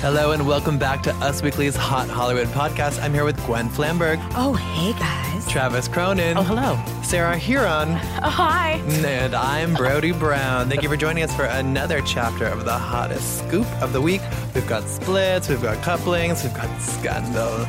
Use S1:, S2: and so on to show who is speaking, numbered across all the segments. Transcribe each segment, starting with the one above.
S1: Hello and welcome back to Us Weekly's Hot Hollywood podcast. I'm here with Gwen Flamberg,
S2: Oh, hey guys.
S1: Travis Cronin,
S3: hello.
S1: Sarah Huron,
S3: Oh, hi.
S1: and I'm Brody Brown. Thank you for joining us for another chapter of the hottest scoop of the week. We've got splits, we've got couplings, we've got scandal.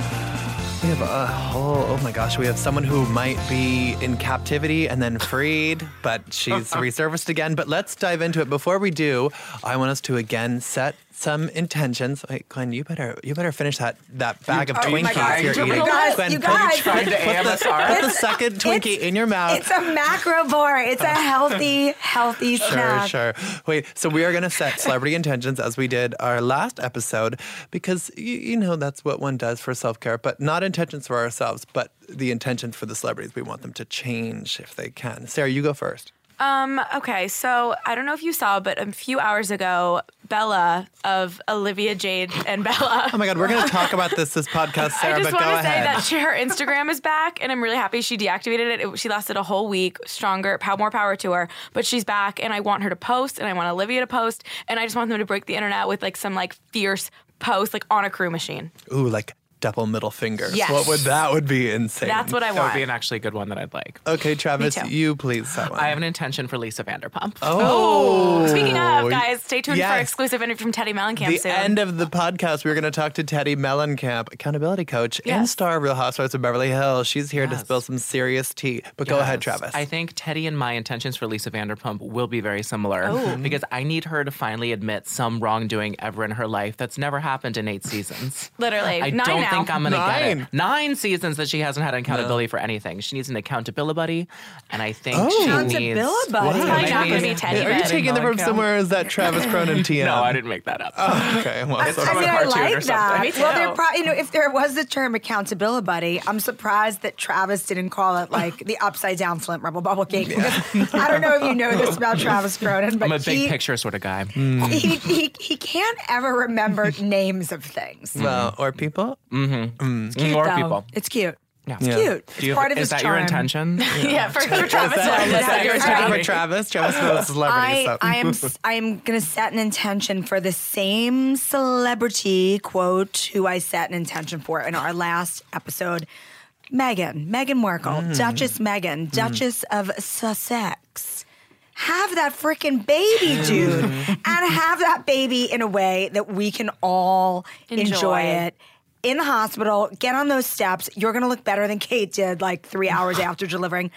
S1: We have a whole, oh my gosh, we have someone who might be in captivity and then freed, but she's resurfaced again. But let's dive into it. Before we do, I want us to again set some intentions. Wait, Glenn, you better you better finish that that bag of
S2: Oh
S1: Twinkies
S2: my God,
S1: you're
S2: you
S1: eating.
S2: guys,
S1: Glenn,
S2: you
S1: put-
S2: guys.
S1: put,
S2: Trying to
S1: the, put the second Twinkie in your mouth.
S2: It's a macro bar. It's a healthy, healthy
S1: uh, Sure,
S2: snack.
S1: sure. Wait, so we are going to set celebrity intentions as we did our last episode because, you, you know, that's what one does for self care, but not intentions for ourselves, but the intentions for the celebrities. We want them to change if they can. Sarah, you go first.
S3: Um, okay, so I don't know if you saw, but a few hours ago, Bella of Olivia Jade and Bella.
S1: Oh my God, we're going to talk about this this podcast, Sarah,
S3: I just
S1: but
S3: want
S1: go
S3: to say
S1: ahead.
S3: that she, her Instagram is back, and I'm really happy she deactivated it. it. She lasted a whole week, stronger, pow- more power to her. But she's back, and I want her to post, and I want Olivia to post, and I just want them to break the internet with like some like fierce post, like on a crew machine.
S1: Ooh, like double middle fingers.
S3: Yes.
S1: What would that would be insane?
S3: That's what I
S4: That would
S3: want.
S4: be an actually good one that I'd like.
S1: Okay, Travis,
S3: too.
S1: you please set one.
S4: I have an intention for Lisa Vanderpump.
S1: Oh,
S3: Speaking of, guys, stay tuned for
S1: Yes.
S3: our exclusive interview from Teddy Mellencamp
S1: the
S3: soon.
S1: end of the podcast, we're going to talk to Teddy Mellencamp, accountability coach and
S3: Yes.
S1: star of Real Housewives of Beverly Hills. She's here to spill some serious tea. But go ahead,
S4: Yes.
S1: Travis.
S4: I think Teddy and my intentions for Lisa Vanderpump will be very similar
S2: Oh.
S4: because I need her to finally admit some wrongdoing ever in her life that's never happened in eight seasons.
S3: Literally,
S4: I
S3: nine
S4: don't
S3: now.
S4: think I'm gonna get
S1: Nine.
S4: it. Nine seasons that she hasn't had accountability for anything. She needs an accountability buddy, and I think she needs.
S2: Accountability buddy? It's
S3: probably
S4: Maybe-
S3: not gonna be Teddy,
S1: Are you
S3: but-
S1: taking the room
S4: Mellencamp.
S1: somewhere? or Is that Travis Cronin TM?
S4: No, I didn't make that up.
S1: Okay, well, sorry.
S2: Oh, I mean, I
S4: cartoon or
S2: like that.
S4: something. Me
S2: Well,
S3: too.
S2: they're pro- you know, if there was the term accountability buddy, I'm surprised that Travis didn't call it like the upside down Flint Rebel bubble cake. Because I don't know if you know this about Travis Cronin, but
S4: I'm a big
S2: he,
S4: picture sort of guy.
S2: he, he he can't ever remember names of things.
S1: well, or people?
S4: Mm, or
S2: though.
S4: people.
S2: It's cute.
S4: Yeah.
S2: It's cute. It's
S4: Do you,
S2: part of
S4: is
S2: his
S4: that
S2: charm.
S4: your intention?
S3: yeah, for, for Travis. Mellencamp.
S2: Is that
S1: You're
S2: your
S1: talking
S2: celebrity?
S1: about Travis. Travis is a celebrity.
S2: I,
S1: so.
S2: I am s- I am gonna set an intention for the same celebrity quote who I set an intention for in our last episode. Megan, Megan Markle, Duchess Megan, Duchess of Sussex. Have that freaking baby, dude, and have that baby in a way that we can all enjoy,
S3: Enjoy.
S2: it. In the hospital, get on those steps. You're gonna look better than Kate did like three hours after delivering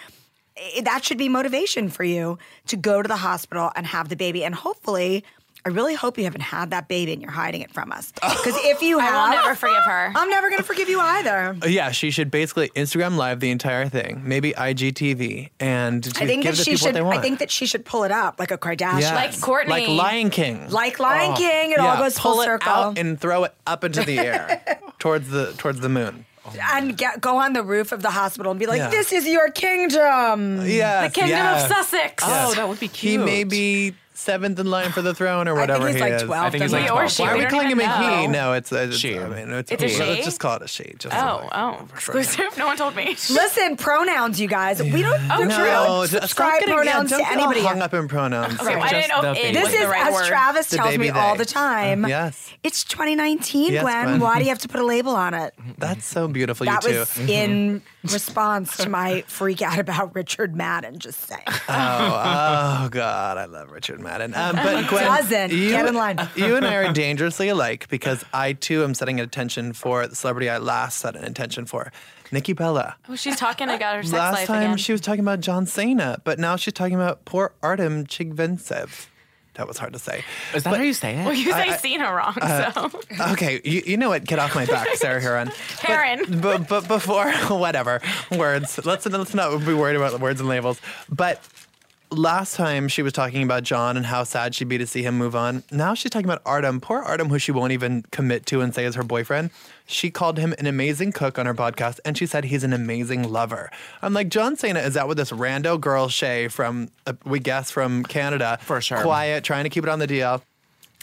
S2: it- that should be motivation for you to go to the hospital and have the baby. And hopefully, I really hope you haven't had that baby and you're hiding it from us. Because if you have,
S3: I will never forgive her.
S2: I'm never going to forgive you either.
S1: yeah, she should basically Instagram live the entire thing, maybe IGTV, and
S2: I think
S1: give
S2: that
S1: the
S2: she
S1: people
S2: should.
S1: what they want.
S2: I think that she should pull it up like a Kardashian.
S1: Yes.
S3: Like Courtney.
S1: Like Lion King.
S2: Like Lion King, it all goes
S1: Oh, pull
S2: full
S1: it
S2: circle.
S1: out and throw it up into the air towards the towards the moon.
S2: and get, go on the roof of the hospital and be like,
S1: Yeah. Uh,
S2: "This is your kingdom."
S1: Yeah,
S3: The Kingdom of Sussex.
S4: Oh, that would be
S1: He
S4: cute.
S1: may be seventh in line for the throne or
S2: I
S1: whatever
S2: think he's
S1: he
S2: like
S1: is.
S2: 12.
S4: I think he's
S2: and
S4: like
S2: he-
S3: or
S4: twelve.
S3: she,
S1: Why are
S3: we
S1: we
S3: don't
S1: calling him
S3: even
S1: a he?
S3: know.
S1: No, it's, it's
S4: She.
S1: I mean, it's,
S3: It's a
S1: let's
S3: she?
S1: just call it a she. Just
S3: Oh,
S1: like-
S3: oh, exclusive. No one told me.
S2: Listen, pronouns, you guys. We don't.
S3: Oh,
S2: we
S3: true.
S1: No,
S2: don't
S1: just- stop
S2: subscribe
S1: getting- yeah,
S2: pronouns
S1: don't
S2: to
S1: get all
S2: anybody.
S1: hung up in pronouns.
S3: Okay, well, I
S4: Just
S3: didn't know
S4: the
S3: if
S4: baby.
S3: it
S2: This
S3: was
S2: is
S3: the right
S2: as
S3: word.
S2: Travis
S1: The
S2: tells me
S1: baby
S2: all
S1: they. Uh-huh.
S2: the time.
S1: Yes.
S2: It's 2019,
S1: Yes,
S2: Gwen.
S1: Gwen.
S2: Why do you have to put a label on it?
S1: That's so beautiful,
S2: That
S1: you two.
S2: was in response to my freak out about Richard Madden, just saying.
S1: Oh, oh God, I love Richard Madden. Um, but Gwen,
S2: doesn't?
S1: You,
S2: Get in line.
S1: you and I are dangerously alike because I too am setting an attention for the celebrity I last set an attention for, Nikki Bella.
S3: Oh, she's talking about her sex
S1: Last
S3: life
S1: time
S3: again.
S1: she was talking about John Cena, but now she's talking about poor Artem Chigvintsev. That was hard to say.
S4: Is that how you say it?
S3: well, you say Cena wrong, so
S1: Okay, you, you know what? Get off my back, Sarah Heron.
S3: Heron.
S1: But, but, but before, whatever, words. Let's, let's not be worried about the words and labels. But last time she was talking about John and how sad she'd be to see him move on. Now she's talking about Artem. Poor Artem, who she won't even commit to and say is her boyfriend. She called him an amazing cook on her podcast and she said he's an amazing lover. I'm like, John Cena is out with this rando girl, Shay, from, uh, we guess, from Canada.
S4: For sure.
S1: Quiet, trying to keep it on the DL.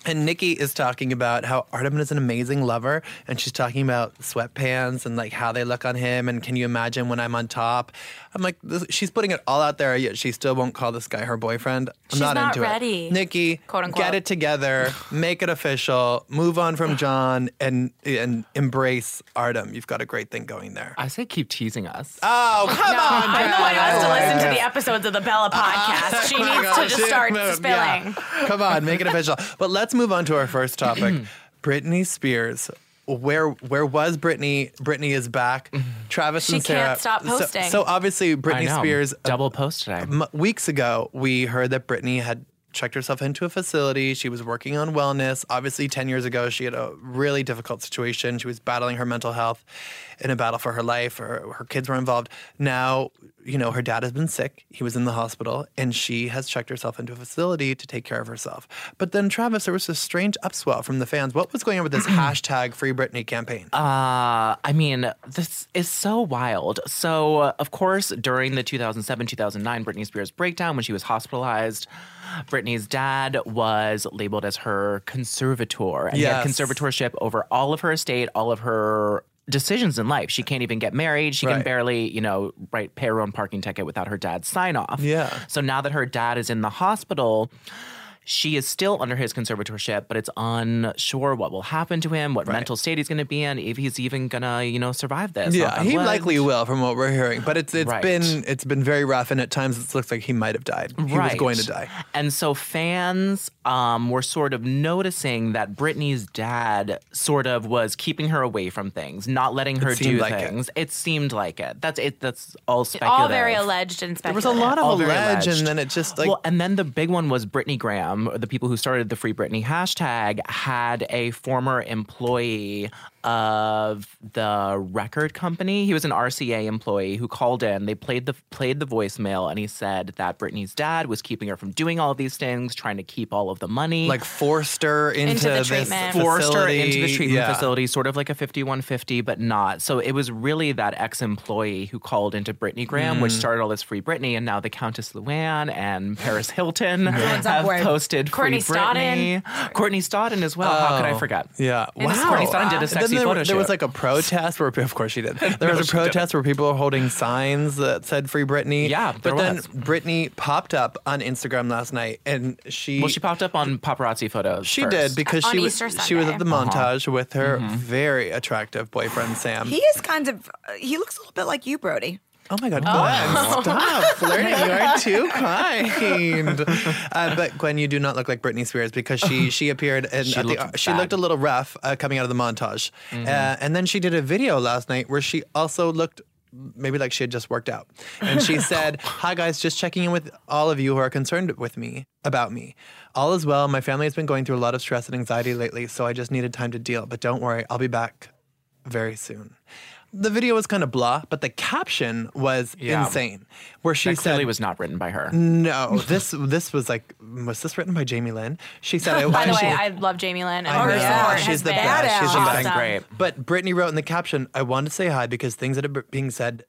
S1: And Nikki is talking about how Artem is an amazing lover, and she's talking about sweatpants and like how they look on him. And can you imagine when I'm on top? I'm like, this, she's putting it all out there, yet she still won't call this guy her boyfriend. I'm
S3: She's
S1: not,
S3: not
S1: into
S3: ready,
S1: it. Nikki,
S3: quote, unquote.
S1: get it together, make it official, move on from John, and and embrace Artem. You've got a great thing going there.
S4: I say keep teasing us.
S1: Oh, come
S3: No, I'm the one who has to listen to
S1: Yeah.
S3: the episodes of the Bella podcast. She
S1: Oh my
S3: needs
S1: God,
S3: to just
S1: shit,
S3: start
S1: no, yeah.
S3: spilling.
S1: Come on, make it official. But let's move on to our first topic.
S4: Mm.
S1: Britney Spears. Where where was Britney? Britney is back. Travis
S3: She
S1: and Sarah.
S3: can't stop
S1: So- So,
S3: posting.
S1: obviously
S4: Mm-hmm. I
S1: Britney
S4: know.
S1: Spears uh,
S4: Double post today.
S1: m- weeks ago we heard that Britney had checked herself into a facility. She was working on wellness. Obviously 10 years ago she had a really difficult situation. She was battling her mental health in a battle for her life. Her, her kids were involved. Now, you know, her dad has been sick. He was in the hospital and she has checked herself into a facility to take care of herself. But then Travis there was this strange upswell from the fans. What was going on with this hashtag free Britney campaign?
S4: Uh, I mean, this is so wild. So, uh, of course, during the 2007 2009 Britney Spears breakdown, when she was hospitalized, Britney's dad was labeled as her conservator. And he
S1: Yes.
S4: had conservatorship over all of her estate, all of her decisions in life. She can't even get married. She can
S1: Right.
S4: barely, you know, write, pay her own parking ticket without her dad's sign off.
S1: Yeah.
S4: So now that her dad is in the hospital, she is still under his conservatorship, but it's unsure what will happen to him, what mental state he's going to be in, if he's even going to, you know, survive this. knock
S1: Yeah,
S4: on
S1: he
S4: wood.
S1: likely will, from what we're hearing. But it's it's
S4: Right.
S1: been it's been very rough, and at times it looks like he might have died. He was going to die.
S4: And so fans um, were sort of noticing that Britney's dad sort of was keeping her away from things, not letting her do
S1: seemed like it.
S4: things. It. seemed like it. That's it. That's all speculative.
S3: All very alleged and
S1: There
S3: speculative.
S1: was a lot of
S4: all very
S1: alleged,
S4: alleged.
S1: and then it just like
S4: well, and then the big one was Brittany Graham, the people who started the Free Britney hashtag, had a former employee of the record company. He was an RCA employee who called in. They played the played the voicemail, and he said that Britney's dad was keeping her from doing all of these things, trying to keep all of the money,
S1: like forced her into,
S3: Into the
S1: this
S3: treatment.
S4: forced her
S1: facility.
S4: into the treatment
S1: Yeah.
S4: facility, sort of like a 5150, but not. So it was really that ex employee who called into Brittany Graham,
S1: Mm.
S4: which started all this Free Britney, and now the Countess Luann and Paris Hilton have
S2: upward.
S4: posted
S3: Courtney
S4: Free Britney. Courtney Stodden as well. How could I forget?
S1: Oh. Yeah, wow.
S4: Courtney Stodden did a
S1: And
S4: sexy
S1: then there,
S4: photo
S1: there was
S4: shoot.
S1: like a protest where, of course, she did. There was a
S4: she
S1: protest where people were holding signs that said "Free Britney."
S4: Yeah,
S1: but
S4: there
S1: then
S4: was.
S1: Britney popped up on Instagram last night, and she
S4: Well, she popped up on paparazzi photos.
S1: She
S4: first. Uh-huh. Mm-hmm.
S1: did because
S3: On
S1: she
S3: Easter
S1: was she was at the
S3: Sunday.
S1: montage with her very attractive boyfriend Sam.
S2: He is kind of, uh, he looks a little bit like you, Brody.
S1: oh my God, Gwen, stop flirting! You are too kind. Uh, but Gwen, you do not look like Britney Spears because she she appeared and she,
S4: looked
S1: the, she
S4: bad.
S1: looked a little rough uh, coming out of the montage, uh, and then she did a video last night where she also looked. Maybe like she had just worked out. And she said, Hi guys, just checking in with all of you who are concerned with me, about me. All is well. My family has been going through a lot of stress and anxiety lately, so I just needed time to deal. But don't worry, I'll be back very soon. The video was kind of blah, but the caption was
S4: Yeah.
S1: insane. Where she
S4: That
S1: said,
S4: clearly was not written by her.
S1: "No, this this was like was this written by Jamie Lynn?" She said, "I
S3: By the way,
S1: she,
S3: I love Jamie Lynn. And
S1: I
S3: her
S4: Oh,
S1: know.
S2: yeah.
S3: support
S1: She's
S3: has
S1: the
S3: been
S1: best. She's the
S3: awesome.
S1: best.
S4: Great.
S1: But Brittany wrote in the caption, I wanted to say hi because things that are b- being said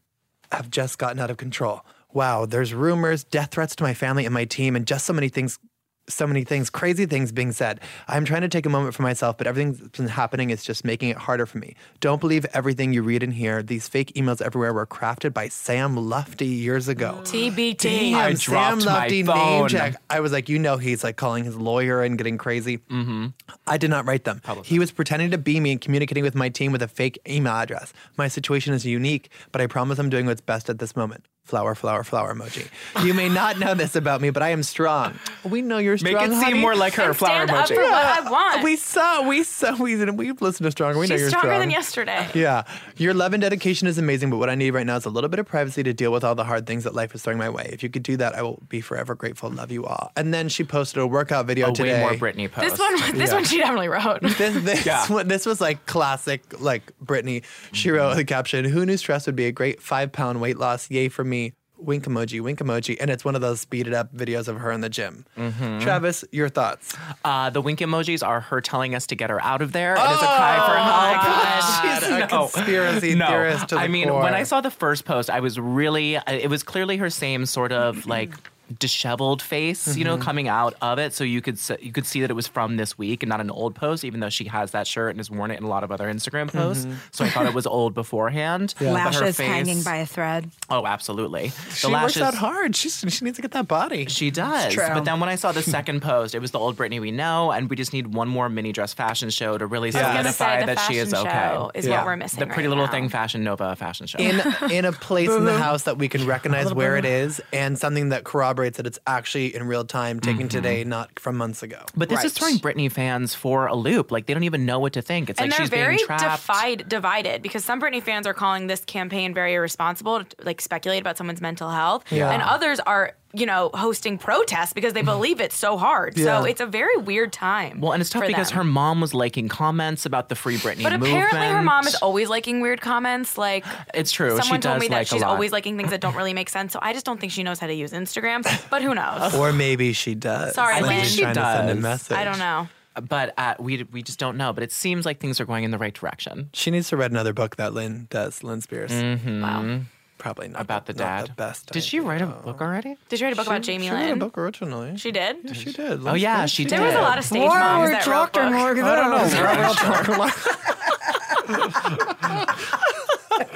S1: have just gotten out of control. Wow, there's rumors, death threats to my family and my team, and just so many things so many things, crazy things being said. I'm trying to take a moment for myself, but everything that's been happening is just making it harder for me. Don't believe everything you read and hear. These fake emails everywhere were crafted by Sam Lufty years ago.
S3: TBT.
S4: I
S1: Damn, Sam
S4: dropped my
S1: Lofty name
S4: phone.
S1: check. I was like, you know, he's like calling his lawyer and getting crazy. Mm-hmm. I did not write them. He was pretending to be me and communicating with my team with a fake email address. My situation is unique, but I promise I'm doing what's best at this moment. Flower, flower, flower emoji. You may not know this about me, but I am strong. We know you're strong.
S4: Make it
S1: honey.
S4: seem more like her
S3: And
S4: flower
S3: stand up for
S4: emoji.
S3: what I want.
S1: We saw, we saw, we, we've listened to Stronger. We know
S3: She's
S1: you're
S3: stronger
S1: strong.
S3: than yesterday.
S1: Yeah. Your love and dedication is amazing, but what I need right now is a little bit of privacy to deal with all the hard things that life is throwing my way. If you could do that, I will be forever grateful. Love you all. And then she posted a workout video
S4: A
S1: today.
S4: Oh, way more Britney post.
S3: This one, this one, she definitely wrote.
S1: This, this,
S4: Yeah.
S1: one- this was like classic, like Britney. She wrote the caption Who knew stress would be a great five pound weight loss? Yay for me. Wink emoji, wink emoji. And it's one of those speeded up videos of her in the gym. Travis, your thoughts.
S4: Uh, the wink emojis are her telling us to get her out of there. it is a cry for Oh help.
S1: Oh, She's a conspiracy
S4: no.
S1: theorist. To the
S4: I mean,
S1: core.
S4: when I saw the first post, I was really, I- it was clearly her same sort of like disheveled face, you
S1: Mm-hmm.
S4: know, coming out of it. So you could s- you could see that it was from this week and not an old post, even though she has that shirt and has worn it in a lot of other Instagram posts.
S1: Mm-hmm.
S4: So I thought it was old beforehand. But her
S2: Lashes
S4: face-
S2: hanging by a thread.
S4: Oh, absolutely. The
S1: she
S4: lashes.
S1: works out hard. She's, she needs to get that body.
S4: She does.
S2: true.
S4: But then when I saw the second post, it was the old Britney we know, and we just need one more mini dress fashion show to really
S3: I was gonna say
S4: solidify
S3: the
S4: that she is
S3: fashion
S4: okay.
S3: show is
S1: Yeah.
S3: what we're missing.
S4: The Pretty
S3: right
S4: Little
S3: now.
S4: Thing Fashion Nova fashion show.
S1: in in a place in the house that we can recognize where it is and something that corroborates that it's actually in real time taken today not from months ago
S4: but this is throwing Britney fans for a loop. Like they don't even know what to think. It's
S3: and
S4: like
S3: they're
S4: she's
S3: very
S4: being trapped.
S3: defied, divided because some Britney fans are calling this campaign very irresponsible to like speculate about someone's mental health, and others are you know hosting protests because they believe it so hard.
S1: Yeah.
S3: So it's a very weird time.
S4: well, and it's tough
S3: for
S4: because
S3: them.
S4: her mom was liking comments about the Free Britney
S3: But
S4: movement.
S3: apparently, her mom is always liking weird comments. Like,
S4: It's true. She
S3: Someone told me
S4: does like
S3: that
S4: a
S3: she's
S4: lot.
S3: always liking things that don't really make sense. So I just don't think she knows how to use Instagram. But who knows?
S1: or maybe she does
S3: Sorry,
S1: Like,
S3: Lynn.
S1: she's
S3: She
S1: trying to send a
S4: does.
S1: message
S3: I don't know.
S4: But uh, we we just don't know. But it seems like things are going in the right direction.
S1: she needs to read another book that lynn does lynn spears
S3: Wow.
S1: probably not
S4: Mm-hmm. About the
S1: not
S4: dad.
S1: the best
S4: Did she write a book already?
S3: Did you write a book about Jamie
S1: she wrote a
S3: Lynn?
S1: book originally
S3: She did.
S1: yeah, she did
S4: Oh,
S1: Lynn
S4: yeah,
S1: Spears,
S4: she
S3: There was a
S4: did.
S3: lot of stage moms that wrote books.
S1: I don't know. We're all talking like-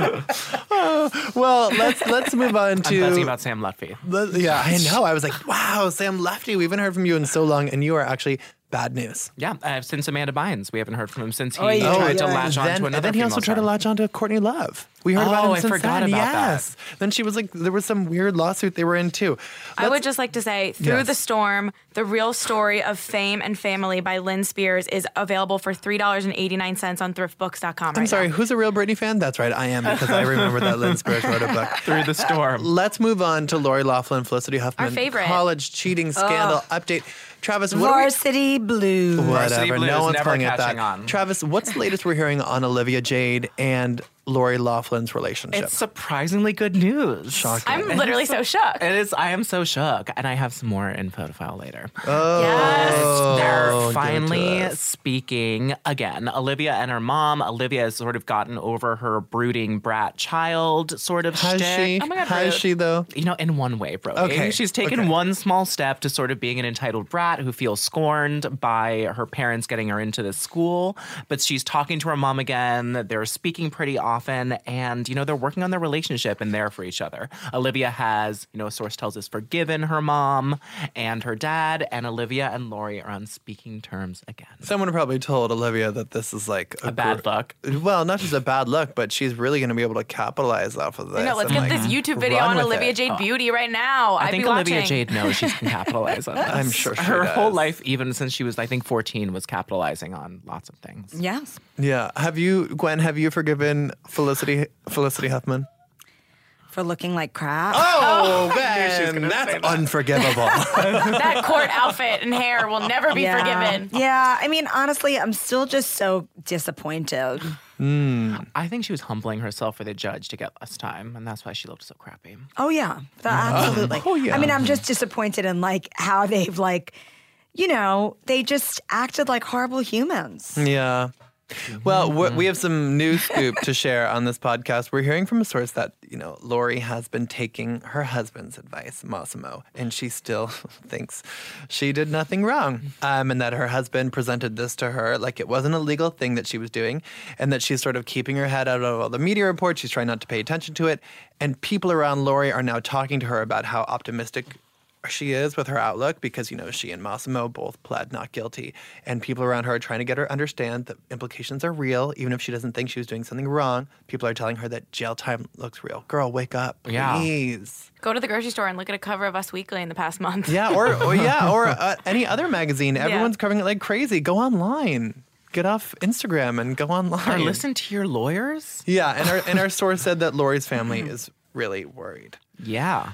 S1: Oh, well, let's let's move on
S4: I'm
S1: to
S4: buzzing about Sam Lutfi.
S1: Let- yeah, I know. I was like, wow, Sam Lefty, we haven't heard from you in so long, and you are actually bad news.
S4: Yeah, uh, since Amanda Bynes, we haven't heard from him since he
S1: Oh,
S4: tried to
S1: yeah.
S4: latch on
S1: then,
S4: to another.
S1: And then he also
S4: female
S1: tried to
S4: star.
S1: latch on to Courtney Love. We heard about
S4: Oh,
S1: him
S4: I
S1: since
S4: forgot
S1: then.
S4: about that.
S1: yes. Then she was like, there was some weird lawsuit they were in too.
S3: I would just like to say, Through
S1: Yes.
S3: the Storm, The Real Story of Fame and Family by Lynn Spears is available for $3.89 on thriftbooks.com.
S1: I'm sorry, who's a real Britney fan? That's right, I am because I remember that Lynn Spears wrote a book.
S4: through the storm.
S1: Let's move on to Lori Laughlin, Felicity Huffman,
S3: favorite.
S1: college cheating scandal update. Travis, what are we
S2: Varsity Blues.
S4: Varsity
S1: Whatever.
S4: Blues
S1: No one's
S4: never
S1: playing at that.
S4: catching on.
S1: Travis, what's the latest we're hearing on Olivia Jade and Lori Laughlin's relationship?
S4: It's surprisingly good news. Shocking.
S3: I'm literally so shook.
S4: It is. I am so shook, and I have some more info to file later.
S3: Yes.
S4: They're
S1: it
S4: finally
S1: Oh, to us.
S4: speaking again. Olivia and her mom. Olivia has sort of gotten over her brooding brat child sort of
S1: Has
S4: shtick.
S1: she?
S3: Oh my God,
S1: Has
S3: rude.
S1: she though?
S4: you know, in one way, Brody.
S1: Okay,
S4: She's taken
S1: okay.
S4: one small step to sort of being an entitled brat who feels scorned by her parents getting her into this school. But she's talking to her mom again. They're speaking pretty often. And, you know, they're working on their relationship and there for each other. Olivia has, you know, a source tells us, forgiven her mom and her dad. And Olivia and Lori are on speaking terms again.
S1: Someone probably told Olivia that this is like a,
S4: A bad
S1: gr-
S4: luck.
S1: Well, not just a bad look, but she's really going to be able to capitalize off of this.
S3: No, let's
S1: and,
S3: get
S1: like,
S3: this YouTube video
S1: run
S3: on
S1: with
S3: Olivia
S1: it.
S3: Jade Beauty right now.
S4: Oh. I
S3: I'd
S4: think
S3: be
S4: Olivia
S3: watching.
S4: Jade knows she can capitalize on this.
S1: I'm sure she
S4: her whole
S1: does.
S4: life, even since she was, I think, 14, was capitalizing on lots of things.
S2: Yes.
S1: Yeah. Have you, Gwen? Have you forgiven Felicity Felicity Huffman?
S2: For looking like crap.
S1: Oh, Gwen, that's unforgivable.
S3: That court outfit and hair will never be forgiven.
S2: Yeah. I mean, honestly, I'm still just so disappointed.
S4: I think she was humbling herself for the judge to get less time, and that's why she looked so crappy.
S2: Oh yeah, Th- absolutely.
S1: Oh, yeah.
S2: I mean, I'm just disappointed in like how they've like, you know, they just acted like horrible humans.
S1: yeah. Well, we're- we have some new scoop to share on this podcast. We're hearing from a source that, you know, Lori has been taking her husband's advice, Massimo, and she still thinks she did nothing wrong. Um, and that her husband presented this to her like it wasn't a legal thing that she was doing, and that she's sort of keeping her head out of all the media reports. She's trying not to pay attention to it. And people around Lori are now talking to her about how optimistic she is with her outlook because you know she and Massimo both pled not guilty, and people around her are trying to get her to understand that implications are real, even if she doesn't think she was doing something wrong. People are telling her that jail time looks real. Girl, wake up,
S4: Yeah.
S1: please.
S3: Go to the grocery store and look at a cover of Us Weekly in the past month.
S1: Yeah, or, or yeah, or uh, any other magazine. Everyone's covering it like crazy. Go online. Get off Instagram and go online.
S4: Or listen to your lawyers?
S1: Yeah, and our and our source said that Lori's family is really worried.
S4: Yeah.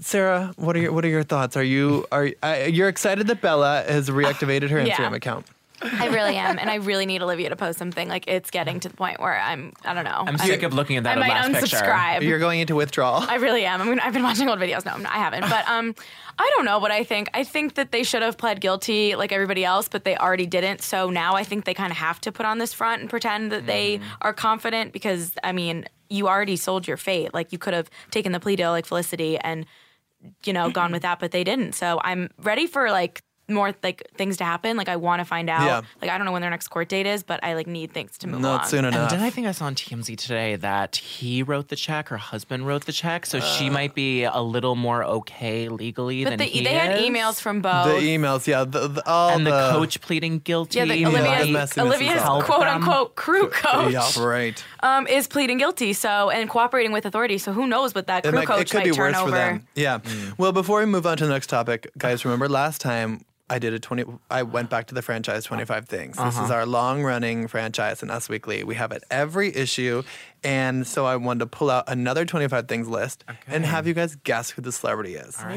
S1: Sarah, what are your what are your thoughts? Are you are uh, you're excited that Bella has reactivated her
S3: Yeah.
S1: Instagram account?
S3: I really am, and I really need Olivia to post something. Like it's getting to the point where I'm, I don't know.
S4: I'm sick of looking at that
S3: I might
S4: last picture.
S3: unsubscribe.
S1: You're going into withdrawal.
S3: I really am. I mean, I've been watching old videos. No, I'm not, I haven't. But um, I don't know what I think. I think that they should have pled guilty like everybody else, but they already didn't. So now I think they kind of have to put on this front and pretend that they
S1: Mm-hmm.
S3: are confident because I mean, you already sold your fate. Like you could have taken the plea deal like Felicity and you know gone with that, but they didn't. So I'm ready for like more like things to happen. Like I want to find out.
S1: Yeah.
S3: Like I don't know when their next court date is, but I like need things to move
S1: Not
S3: along.
S1: soon
S4: And
S1: enough.
S4: then I think I saw on TMZ today that he wrote the check, her husband wrote the check, so she might be a little more okay legally
S3: But
S4: than
S3: they,
S4: he
S3: they had
S4: is.
S3: emails from both.
S1: the emails, yeah, the, the, all
S4: and the, coach pleading guilty.
S3: Yeah, the,
S1: the
S3: Olivia's,
S1: messiness is
S3: Olivia's
S1: all-
S3: quote unquote crew coach
S1: Yeah, right.
S3: um, is pleading guilty, so and cooperating with authorities. So who knows what that
S1: It,
S3: crew
S1: might-
S3: coach
S1: it could
S3: might
S1: be
S3: turn
S1: worse
S3: over?
S1: for them. Yeah. Well, before we move on to the next topic, guys, remember last time I did a twenty. I went back to the franchise Twenty Five Things. This is our long-running franchise in Us Weekly. We have it every issue, and so I wanted to pull out another Twenty Five Things list and have you guys guess who the celebrity is. Um,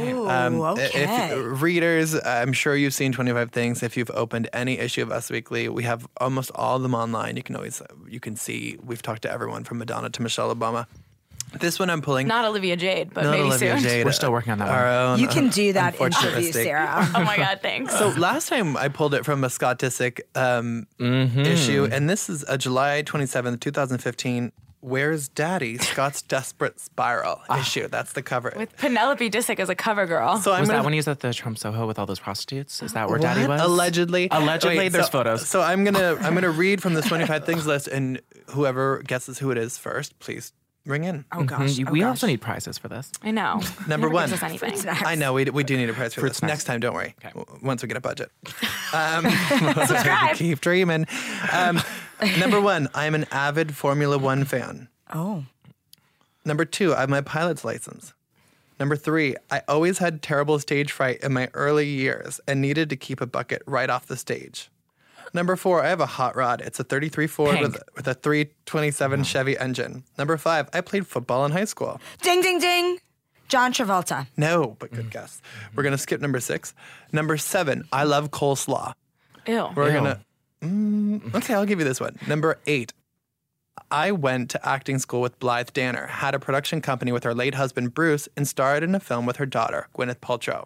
S2: Ooh,
S1: i-
S2: okay.
S1: If, readers, I'm sure you've seen 25 Things. If you've opened any issue of Us Weekly, we have almost all of them online. You can always you can see we've talked to everyone from Madonna to Michelle Obama. This one I'm pulling.
S3: Not Olivia Jade, but
S1: not
S3: maybe
S1: Olivia
S3: soon.
S1: Jade.
S4: We're still working on that
S1: Our
S4: one.
S1: own.
S2: you can do that
S1: unfortunate
S2: interview,
S1: mistake.
S2: Sarah.
S3: Oh my God, thanks.
S1: So last time I pulled it from a Scott Disick um,
S4: Mm-hmm.
S1: issue, and this is a July 27th, 2015. Where's Daddy? Scott's Desperate Spiral
S4: Ah.
S1: issue. That's the cover.
S3: with Penelope Disick as a cover girl.
S1: so I'm
S4: was
S1: gonna
S4: that when he was at the Trump Soho with all those prostitutes? Is that where Daddy
S1: What?
S4: was?
S1: Allegedly.
S4: Allegedly,
S1: Wait,
S4: there's
S1: so,
S4: photos.
S1: So I'm gonna I'm gonna read from the 25 things list, and whoever guesses who it is first, please ring in.
S2: Oh gosh.
S4: Mhm.
S2: Oh,
S4: we
S2: gosh.
S4: also need prizes for this.
S3: I know.
S1: Number
S3: Never
S1: one.
S3: Gives us anything.
S1: I know we, d- we do need a prize for this.
S4: snacks.
S1: Next time, don't worry.
S4: Okay.
S1: W- Once we get a budget, um, keep dreaming. Um, number one, I'm an avid Formula One fan.
S2: Oh.
S1: Number two, I have my pilot's license. Number three, I always had terrible stage fright in my early years and needed to keep a bucket right off the stage. Number four, I have a hot rod. It's a 33 Ford
S4: Pink.
S1: with, with a 327 Chevy engine. Number five, I played football in high school.
S2: Ding ding ding. John Travolta.
S1: No, but good guess. We're going to skip number six. Number seven, I love coleslaw.
S3: Ew.
S1: We're going to. Mm, okay, I'll give you this one. Number eight, I went to acting school with Blythe Danner, had a production company with her late husband Bruce, and starred in a film with her daughter, Gwyneth Paltrow.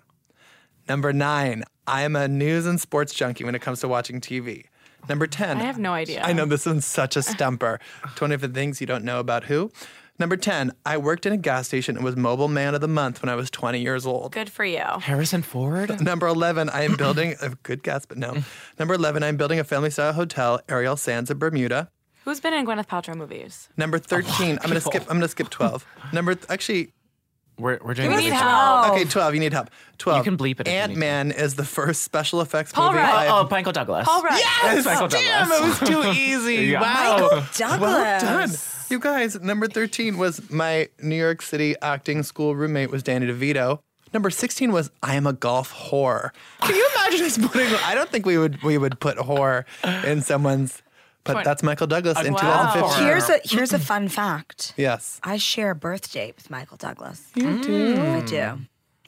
S1: Number nine, I am a news and sports junkie when it comes to watching TV. Number 10,
S3: I have no idea.
S1: I know this one's such a stumper. 25 things you don't know about who. Number 10, I worked in a gas station and was mobile man of the month when I was 20 years old.
S3: Good for you.
S4: Harrison Ford?
S1: Number 11, I am building a good guess, but
S4: Mm.
S1: no. Number 11, I'm building a family style hotel, Ariel Sands of Bermuda.
S3: Who's been in Gwyneth Paltrow movies?
S1: Number 13, I'm going to skip I'm going to skip 12. Number th- actually
S4: We're, we're doing
S3: We
S4: really
S3: need
S4: good.
S3: help.
S1: okay, 12, you need help. 12.
S4: can bleep it if Oh. you need to.
S1: Ant-Man is the first special effects
S3: Paul
S1: movie.
S3: Rudd.
S1: I've-
S4: Oh, Michael Douglas.
S3: All right.
S4: It's Michael
S1: Damn, it
S4: Douglas.
S1: was too easy.
S4: Yeah.
S1: Wow.
S2: Douglas.
S1: Oh, Well done. You guys, number 13 was my New York City acting school roommate was Danny DeVito. Number 16 was I am a golf whore. Can you imagine us putting I don't think we would we would put whore in someone's but that's Michael Douglas in
S3: Wow.
S1: 2015.
S2: Here's a here's
S1: Mm.
S2: a fun fact.
S1: Yes.
S2: I share a birth date with Michael Douglas. You do. I do.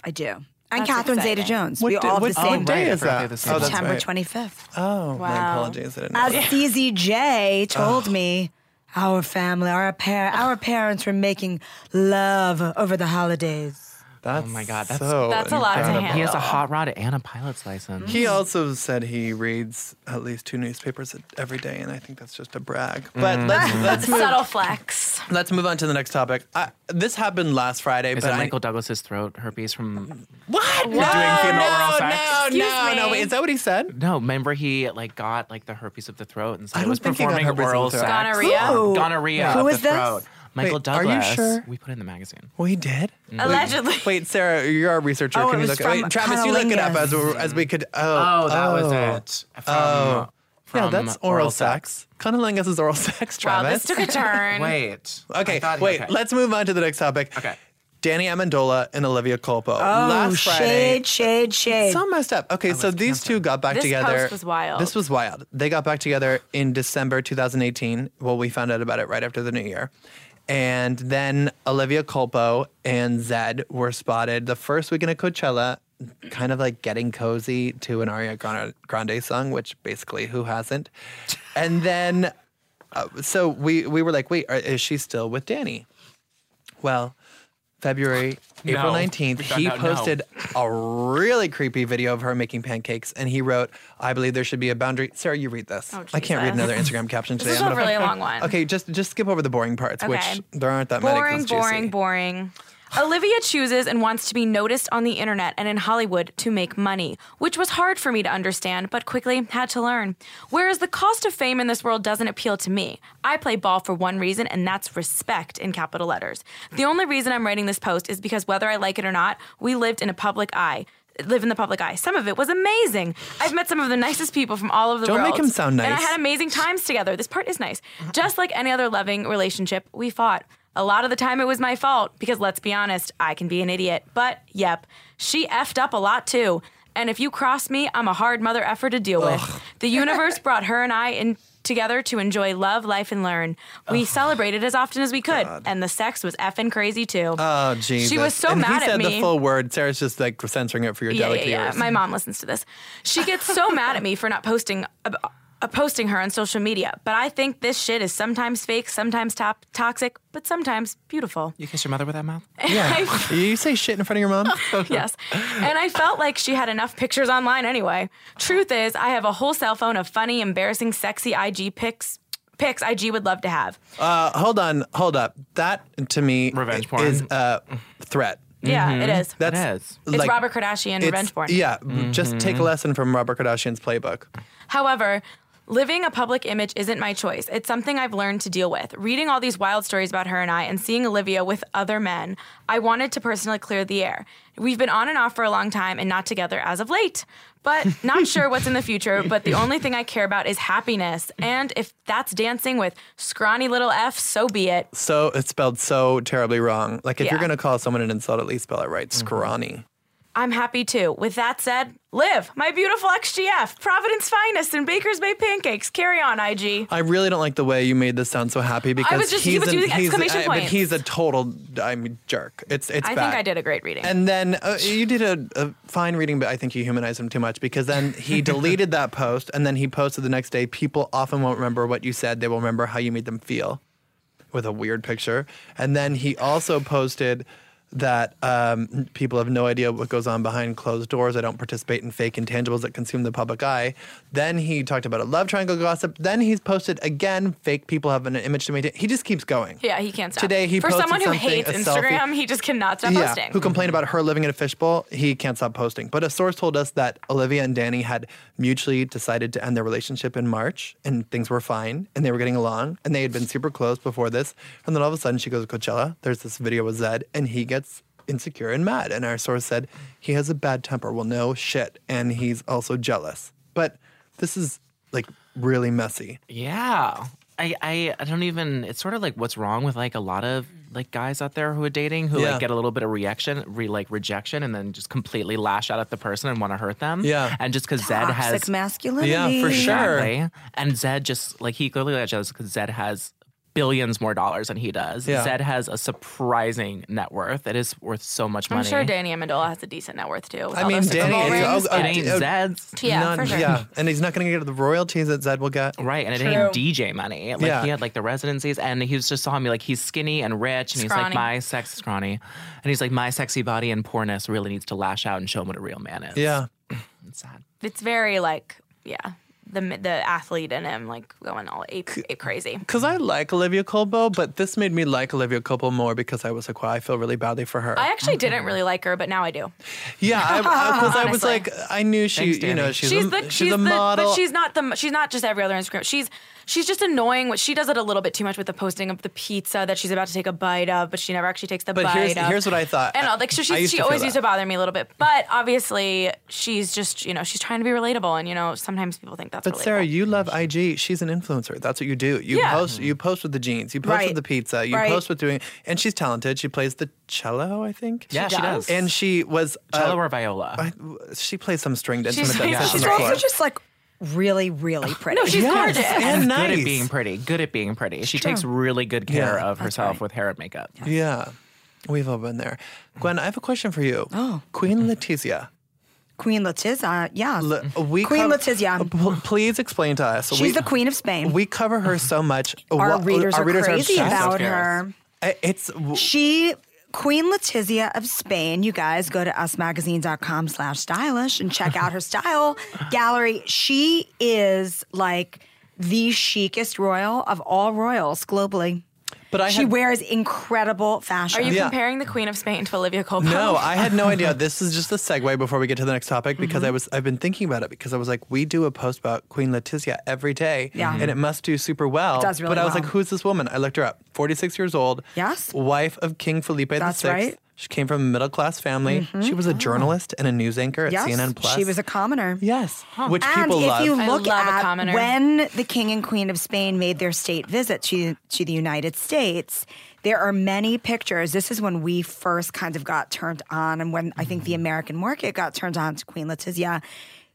S2: I do. And Catherine
S3: exciting.
S2: Zeta Jones.
S1: What
S2: We
S1: day-
S2: all have
S1: what
S2: the
S1: day-
S2: same
S1: what day
S2: day.
S1: is
S4: forgot
S1: that?
S4: the same
S1: Oh,
S4: day.
S1: that's
S2: September
S1: right.
S2: 25th.
S1: Oh, my
S3: Wow.
S1: apologies. I didn't know.
S2: As
S1: that.
S2: CZJ
S1: Oh.
S2: told me, our family, our par- our parents were making love over the holidays.
S1: That's
S4: Oh my God, that's-
S1: so
S3: That's a lot to
S1: incredible.
S3: handle.
S4: He has a hot rod and a pilot's license.
S1: He also said he reads at least two newspapers every day, and I think that's just a brag. But
S4: Mm.
S1: let's let's move,
S3: Subtle flex.
S1: let's move on to the next topic. I, this happened last Friday,
S4: Is
S1: but
S4: that
S1: I- Mm.
S4: Michael Douglas's throat herpes from?
S1: what?
S4: doing
S1: no,
S4: female oral
S1: no,
S4: sex?
S1: no,
S3: Excuse
S1: no, no.
S3: me.
S1: Wait, is that what he said?
S4: No, remember he like got like the herpes of the throat and
S1: I
S4: said he
S1: don't
S4: was
S1: think he got
S4: performing
S1: herpes of the
S4: oral
S1: throat.
S4: sex.
S3: Gonorrhea.
S2: Ooh.
S4: Gonorrhea
S2: Who
S4: of
S2: is
S4: the
S2: this?
S4: throat. Michael
S1: Wait, are you
S4: Douglas.
S1: sure?
S4: We put it in the magazine.
S1: We did.
S3: Allegedly.
S1: Wait, Sarah, you're our researcher.
S2: Oh,
S1: Can
S2: it
S1: you
S2: was
S1: look? At, wait,
S2: from
S1: Travis, you look it up as we- as we could. Oh,
S4: it.
S1: Oh.
S4: From
S1: yeah, that's oral, sex. Cunnilingus is oral sex,
S3: Wow,
S1: Travis.
S3: this took a turn.
S4: Wait. I
S1: Okay,
S4: thought he-
S1: wait.
S4: okay.
S1: Let's move on to the next topic.
S4: Okay.
S1: Danny Amendola and Olivia Colpo.
S2: Oh,
S1: Last Friday.
S2: shade, shade, shade.
S1: So messed up. Okay, so these two got back
S3: This
S1: together.
S3: post was wild.
S1: This was wild. They got back together in December 2018. Well, we found out about it right after the new year. And then Olivia Colpo and Zed were spotted the first weekend at Coachella, kind of like getting cozy to an Ariana Grande- Grande song, which basically who hasn't? And then, uh, so we, we were like, wait, are, is she still with Danny? Well, February, April
S4: No.
S1: 19th,
S4: No,
S1: he
S4: no, no.
S1: posted a really creepy video of her making pancakes and he wrote, I believe there should be a boundary. Sarah, you read this.
S3: Oh,
S1: I can't read
S3: Jesus.
S1: another Instagram caption today.
S3: This is
S1: I'm
S3: a
S1: gonna-
S3: really long one.
S1: Okay, just just skip over the boring parts,
S3: Okay.
S1: which there aren't that many. 'cause
S3: boring,
S1: it's
S3: boring,
S1: juicy.
S3: boring. Olivia chooses and wants to be noticed on the internet and in Hollywood to make money, which was hard for me to understand, but quickly had to learn. Whereas the cost of fame in this world doesn't appeal to me. I play ball for one reason, and that's respect in capital letters. The only reason I'm writing this post is because whether I like it or not, we lived in a public eye. Live in the public eye. Some of it was amazing. I've met some of the nicest people from all over the
S1: Don't
S3: world.
S1: make him sound
S3: And I
S1: nice.
S3: had amazing times together. This part is nice. Just like any other loving relationship, we fought. A lot of the time it was my fault because let's be honest, I can be an idiot. But yep, she effed up a lot too. And if you cross me, I'm a hard mother effer to deal with. The universe brought her and I in together to enjoy love, life, and learn. We celebrated as often as we could, and the sex was effing crazy too.
S1: Oh, Jesus.
S3: She was so
S1: and
S3: mad
S1: he
S3: at
S1: said the
S3: me.
S1: full word. Sarah's just like censoring it for your
S3: yeah, yeah,
S1: delicate
S3: yeah.
S1: ears.
S3: My mom listens to this. She gets so mad at me for not posting ab- uh, posting her on social media, but I think this shit is sometimes fake, sometimes top- toxic, but sometimes beautiful.
S4: You kiss your mother with that mouth?
S1: yeah. you say shit in front of your mom? Uh,
S3: yes. And I felt like she had enough pictures online anyway. Truth is, I have a whole cell phone of funny, embarrassing, sexy IG pics pics IG would love to have.
S1: uh, hold on, hold up. That to me
S4: Revenge porn.
S1: is a threat.
S3: Yeah, it is.
S1: Mm-hmm. That's
S4: is. Mm-hmm.
S3: it's
S1: like-
S3: Robert Kardashian revenge
S1: It's-
S3: porn.
S1: Yeah, just take a lesson from Robert Kardashian's playbook.
S3: However, living a public image isn't my choice. It's something I've learned to deal with. Reading all these wild stories about her and I and seeing Olivia with other men, I wanted to personally clear the air. We've been on and off for a long time and not together as of late. But not sure what's in the future, but the only thing I care about is happiness. And if that's dancing with scrawny little F, so be it.
S1: So it's spelled so terribly wrong. Like if you're
S3: Yeah.
S1: gonna call someone an insult, at least spell it right. Scrawny.
S3: I'm happy too. With that said, live my beautiful XGF, Providence Finest, and Baker's Bay Pancakes. Carry on, IG.
S1: I really don't like the way you made this sound so happy because
S3: was just- he
S1: he's
S3: was
S1: an-
S3: doing
S1: he's-
S3: exclamation
S1: I- But
S3: points.
S1: he's a total I mean, jerk. It's it's.
S3: I
S1: bad.
S3: think I did a great reading.
S1: And then uh, you did a, a fine reading, but I think you humanized him too much because then he deleted that post and then he posted the next day. People often won't remember what you said, they will remember how you made them feel with a weird picture. And then he also posted that um, people have no idea what goes on behind closed doors. I don't participate in fake intangibles that consume the public eye. Then he talked about a love triangle gossip. Then he's posted again fake people have an image to maintain. He just keeps going.
S3: Yeah, he can't stop.
S1: Today he
S3: for
S1: posted
S3: someone who
S1: something,
S3: hates
S1: a selfie.
S3: Instagram, he just cannot stop posting.
S1: Who complained about her living in a fishbowl? He can't stop posting. But a source told us that Olivia and Danny had mutually decided to end their relationship in March and things were fine and they were getting along and they had been super close before this. And then all of a sudden she goes to Coachella. There's this video with Zed and he gets insecure and mad. And our source said he has a bad temper. Well, no shit. And he's also jealous. But this is like really messy.
S4: Yeah. I, I, I don't even it's sort of like what's wrong with like a lot of like guys out there who are dating who
S1: Yeah.
S4: like get a little bit of reaction re like rejection and then just completely lash out at the person and want to hurt them.
S1: Yeah.
S4: And just cause Zed has
S2: Toxic masculinity.
S1: Yeah, for sure.
S4: Exactly. And Zed just like he clearly got jealous because Zed has billions more dollars than he does.
S1: Yeah.
S4: Zed has a surprising net worth. It is worth so much
S3: I'm
S4: money.
S3: sure Danny Amendola has a decent net worth too. with
S1: I
S3: all
S1: mean,
S3: those
S1: Danny,
S3: circles.
S1: it's- oh, oh,
S4: it ain't
S1: oh,
S4: Zed's.
S3: Yeah,
S1: None-
S3: for sure.
S1: yeah, and he's not going to get the royalties that Zed will get.
S4: Right, and it ain't DJ money. Like
S1: Yeah.
S4: he had like the residencies, and he was just saw me like he's skinny and rich, and he's like
S3: Scrawny.
S4: my sex scrawny, and he's like my sexy body and poorness really needs to lash out and show him what a real man is.
S1: Yeah,
S4: it's sad.
S3: It's very like, yeah, the the athlete in him like going all ape, ape crazy.
S1: because I like Olivia Colbo, but this made me like Olivia Colbo more because I was like, wow, I feel really badly for her.
S3: I actually didn't really like her, but now I do.
S1: yeah, because I, was
S3: Honestly.
S1: like, I knew she,
S4: Thanks,
S1: you know,
S4: Danny.
S1: she's,
S3: she's
S1: a,
S3: the
S1: she's,
S3: she's
S1: a
S3: the
S1: model.
S3: but she's not the she's not just every other Instagram. She's she's just annoying. What she does it a little bit too much with the posting of the pizza that she's about to take a bite of, but she never actually takes the
S1: But
S3: bite.
S1: here's-
S3: of.
S1: here's what I thought.
S3: And all, like so,
S1: I
S3: she
S1: used
S3: she
S1: to feel
S3: always
S1: that.
S3: used to bother me a little bit, but obviously she's just you know she's trying to be relatable, and you know sometimes people think that's.
S1: But
S3: relatable.
S1: Sarah, you love IG. She's an influencer. That's what you do. You
S3: Yeah.
S1: post. You post with the jeans. You post
S2: Right.
S1: with the pizza. You
S2: Right.
S1: post with doing. And she's talented. She plays the cello, I think.
S4: Yeah, she does. does.
S1: And she was uh,
S4: Cello or viola?
S1: she plays some stringed
S3: She's-
S1: instrument. that
S3: yeah.
S1: sits on
S2: She's
S1: the
S2: also
S1: floor.
S2: just like really, really pretty.
S3: no, she's gorgeous.
S1: and
S4: Good
S1: nice.
S4: at being pretty. Good at being pretty. she takes really good care
S1: Yeah,
S4: of herself with hair and makeup.
S1: Yeah, we've all been there. Gwen, I have a question for you. Oh, Queen Letizia.
S2: Queen Letizia, yeah.
S1: Le- we
S2: Queen
S1: cov-
S2: Letizia.
S1: P- please explain to us.
S2: She's the queen of Spain.
S1: We cover her so much.
S2: our
S1: What-
S2: readers
S1: our
S2: are crazy
S1: obsessed.
S2: about
S4: with her.
S2: her.
S1: I- It's
S2: She, Queen Letizia of Spain, you guys go to usmagazine.com slash stylish and check out her style gallery. She is like the chicest royal of all royals globally.
S1: but I
S2: she
S1: had-
S2: wears incredible
S3: Are
S2: fashion.
S3: you
S1: Yeah.
S3: comparing the Queen of Spain to Olivia Colpo?
S1: No,
S2: Oh.
S1: I had no idea. This is just a segue before we get to the next topic because
S2: Mm-hmm.
S1: I was I've been thinking about it because I was like, we do a post about Queen Letizia every day,
S2: Yeah.
S1: and it must do super well. It
S2: does really
S1: but I was
S2: well.
S1: like, who's this woman? I looked her up. Forty six years old.
S2: Yes.
S1: Wife of King Felipe
S2: That's
S1: VI.
S2: right. Mm-hmm. Ah.
S1: She came from a middle class family. She was a journalist and a news anchor at
S2: yes,
S1: CNN Plus.
S2: she was a commoner.
S1: yes, which
S2: And
S1: people
S2: if
S1: love.
S2: you
S3: I
S2: look
S3: love a
S2: at
S3: commoner.
S2: when the King and Queen of Spain made their state visit to, to the United States, there are many pictures. This is when we first kind of got turned on, and when I think the American market got turned on to Queen Letizia.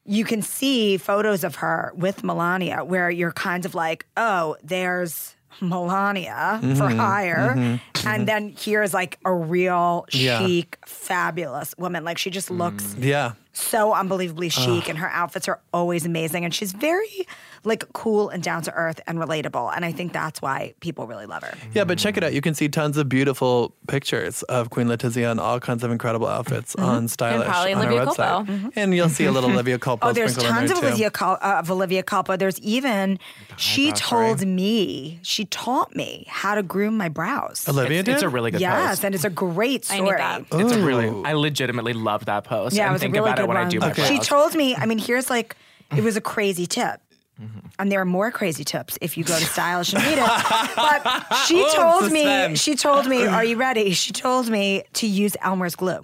S2: You can see photos of her with Melania where you're kind of like, oh, there's Melania for
S1: Mm-hmm.
S2: hire. And then here's like a real
S1: Yeah. Mm.
S2: chic, fabulous woman. Like she just looks
S1: yeah.
S2: so unbelievably chic and her outfits are always amazing and she's very like cool and down to earth and relatable and i think that's why people really love her Oh,
S1: Yeah, but check it out. You can see tons of beautiful pictures of Queen Letizia and all kinds of incredible outfits
S2: Mm-hmm.
S1: on Stylish
S3: probably
S1: on
S3: Olivia
S1: our website. Mm-hmm.
S3: Culpo.
S1: And you'll see a little Olivia Culpo.
S2: oh there's
S1: sprinkled in
S2: tons
S1: there
S2: of
S1: too.
S2: olivia, Col- uh, of olivia culpa there's even she
S4: brow
S2: told me she taught me how to groom my brows
S1: Olivia
S4: It's,
S1: did?
S4: it's a really good
S2: yes
S4: post.
S2: and it's a great
S3: I
S2: story
S3: need that.
S4: It's a really. I legitimately love that post.
S2: Yeah,
S4: and
S2: it was a
S4: think
S2: really
S4: about
S2: good
S4: it when
S2: one.
S4: I do my Mm-hmm.
S2: She
S4: brows.
S2: told me. I mean, here's like it was a crazy tip.
S4: Mm-hmm.
S2: And there are more crazy tips if you go to Stylish and read it. But she
S1: Oh,
S2: told me,
S1: suspense.
S2: she told me, are you ready? She told me to use Elmer's glue.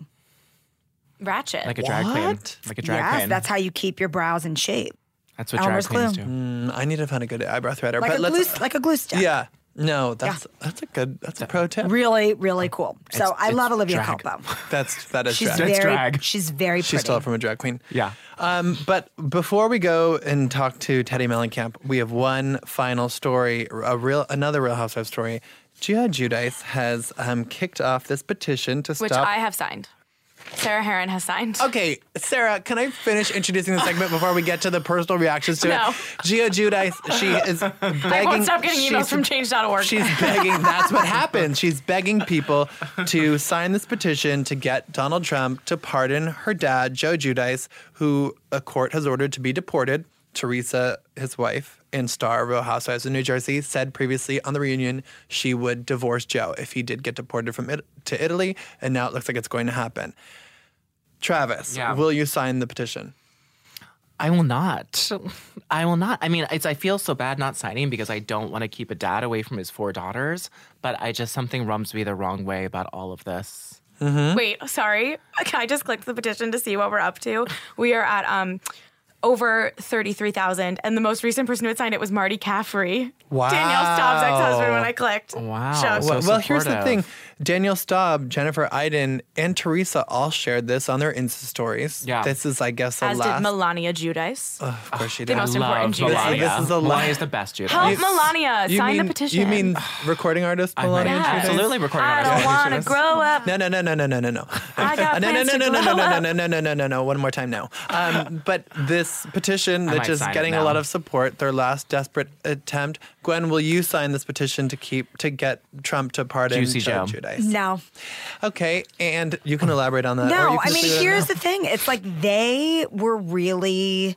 S3: Ratchet.
S4: like a drag queen.
S1: What?
S4: Like a drag
S2: yes,
S4: queen.
S2: that's how you keep your brows in shape.
S4: That's what
S2: Elmer's
S4: drag queens
S2: glue.
S4: do.
S1: I need to find a good eyebrow threader.
S2: Like
S1: but
S2: a glue,
S1: let's,
S2: like a glue stick.
S1: yeah, no, that's that's a good that's a pro tip.
S2: Really, really cool. So
S4: It's-
S2: I love
S4: it's
S2: Olivia
S4: drag.
S2: Culpo.
S1: That's that is
S2: She's
S1: drag.
S2: very,
S4: drag.
S2: she's very pretty.
S1: She stole it from a drag queen.
S4: Yeah.
S1: Um, but before we go and talk to Teddy Mellencamp, we have one final story, a real another Real Housewives story. Gia Judice has um, kicked off this petition to
S3: which
S1: stop.
S3: I have signed. Sarah Heron has signed.
S1: Okay, Sarah, can I finish introducing the segment before we get to the personal reactions to
S3: No.
S1: it? Gia Judice, she is begging.
S3: I won't stop getting emails
S1: she's-
S3: from change.org.
S1: She's begging. That's what happens. She's begging people to sign this petition to get Donald Trump to pardon her dad, Joe Judice, who a court has ordered to be deported. Teresa, his wife, and star of Real Housewives of New Jersey, said previously on the reunion she would divorce Joe if he did get deported from it- to Italy, and now it looks like it's going to happen. Travis,
S4: Yeah.
S1: will you sign the petition?
S4: I will not. I will not. I mean, it's I feel so bad not signing because I don't want to keep a dad away from his four daughters, but I just something rubs me the wrong way about all of this.
S3: Wait, sorry. Okay, I just clicked the petition to see what we're up to. We are at um over 33,000. And the most recent person who had signed it was Marty Caffrey.
S1: Wow.
S3: Danielle Staub's ex husband when I clicked.
S4: Wow.
S3: Shout out
S4: So
S1: well, well, here's the
S4: supportive.
S1: thing. Daniel Staub, Jennifer Iden, and Teresa all shared this on their Insta stories.
S4: Yeah.
S1: This is, I guess, the
S3: As did
S1: last. Uh-huh.
S3: Melania Judice.
S1: Ugh, of course, she
S3: They
S1: did.
S3: must It's have- important
S4: Love
S3: to you. This is-
S4: Melania.
S1: this is a
S4: Melania
S1: lie.
S4: the best Judas.
S3: Help Melania.
S1: You
S3: Sign
S1: mean-
S3: the petition.
S1: You mean recording artist
S4: I might
S1: Melania?
S3: Yes.
S1: Judice?
S4: absolutely recording
S3: I
S4: on
S3: don't
S1: Melania
S3: want to
S1: Judice.
S3: grow up.
S1: No, no, no, no, no, no, no, no.
S3: I got
S1: no, no,
S3: plans
S1: no, no,
S3: to
S1: no, no,
S3: grow
S1: no,
S3: up.
S1: no, no, no, no, no, no. One more time, no. Um, but this petition
S4: I
S1: that
S4: might
S1: is
S4: sign it
S1: getting a
S4: now.
S1: lot of support. Their last desperate attempt. Gwen, will you sign this petition to keep to get Trump to pardon
S4: Juicy Joe.
S1: Judge Judice?
S2: No.
S1: Okay, and you can elaborate on
S4: Uh,
S1: that. or
S2: No,
S1: you
S2: I
S1: can
S2: mean,
S1: just leave it
S2: here's
S1: now.
S2: the thing. It's like they were really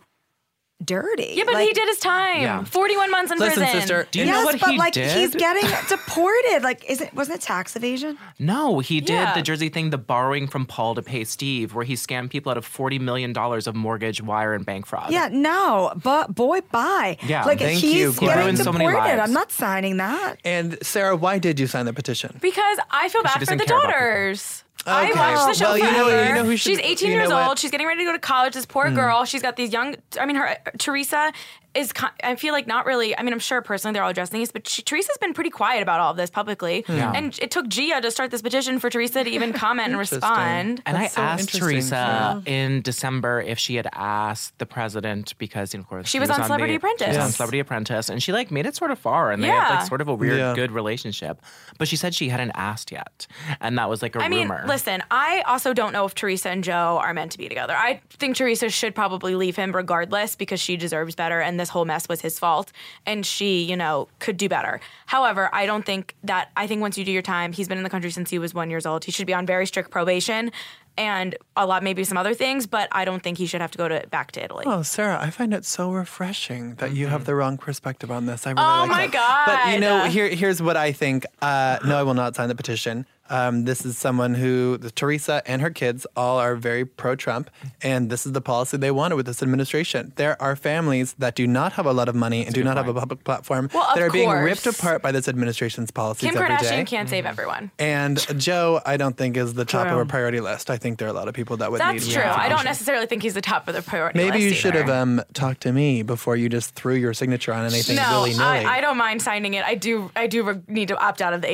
S2: dirty.
S3: Yeah, but
S2: Like,
S3: he did his time.
S4: Yeah.
S3: 41 months in
S1: Listen,
S3: prison.
S1: sister,
S4: Do you
S2: yes,
S4: know what
S2: but
S4: he
S2: like
S4: did?
S2: he's getting deported. Like, is it wasn't it tax evasion?
S4: No, he did
S3: Yeah.
S4: the Jersey thing, the borrowing from Paul to pay Steve, where he scammed people out of $40 million of mortgage, wire, and bank fraud.
S2: Yeah, no, but boy, bye.
S4: Yeah,
S2: like
S1: thank
S2: he's
S1: you, Gwen.
S2: getting
S4: Ruined so many
S2: deported.
S4: lives.
S2: I'm not signing that.
S1: And Sarah, why did you sign the petition?
S3: Because I feel bad for
S4: doesn't
S3: the
S4: care about people.
S3: daughters.
S1: Okay.
S3: I watched the show
S1: Well, you know-
S3: forever.
S1: you know who should-
S3: She's 18
S1: you know
S3: years
S1: what? Hmm.
S3: old. She's getting ready to go to college. This poor girl. She's got these young. I mean, her Teresa is. ki- I feel like not really. I mean, I'm sure personally they're all addressing this, but she, Teresa's been pretty quiet about all of this publicly. And it took Gia to start this petition for Teresa to even comment and respond.
S4: And
S1: That's so
S4: I asked
S1: interesting.
S4: Teresa in December if she had asked the president because, of course,
S3: She was on
S4: the-
S3: Celebrity Apprentice.
S4: She was on
S3: Yes.
S4: Celebrity Apprentice, and she like made it sort of far, and they had
S3: Yeah.
S4: like sort of a weird,
S1: Yeah.
S4: good relationship. But she said she hadn't asked yet, and that was like a
S3: I mean,
S4: rumor.
S3: listen, I also don't know if Teresa and Joe are meant to be together. I think Teresa should probably leave him regardless because she deserves better and this whole mess was his fault and she, you know, could do better. However, I don't think that I think once you do your time, he's been in the country since he was 1 years old. He should be on very strict probation and a lot maybe some other things, but I don't think he should have to go to back to Italy.
S1: Oh, Sarah, I find it so refreshing that you have the wrong perspective on this. I really
S3: Oh
S1: like
S3: my
S1: that. Mm-hmm. But you
S3: God.
S1: know, here here's what I think. Uh, no, I will not sign the petition. Um, this is someone who the, Teresa and her kids all are very pro-Trump, and this is the policy they wanted with this administration. There are families that do not have a lot of money and do not have a public platform
S3: Well, of
S1: that are being ripped
S3: course.
S1: apart by this administration's policies
S3: Kim
S1: every day.
S3: Kardashian can't save
S1: Mm-hmm.
S3: everyone.
S1: and Joe, I don't think is the top of
S2: True.
S1: a priority list. I think there are a lot of people that would
S3: That's
S1: need
S3: true. I
S1: information.
S3: don't necessarily think he's the top of the priority
S1: Maybe
S3: list
S1: you should
S3: either.
S1: have um, talked to me before you just threw your signature on anything
S3: No,
S1: willy nilly.
S3: I, I don't mind signing it. I do. I do re- need to opt out of the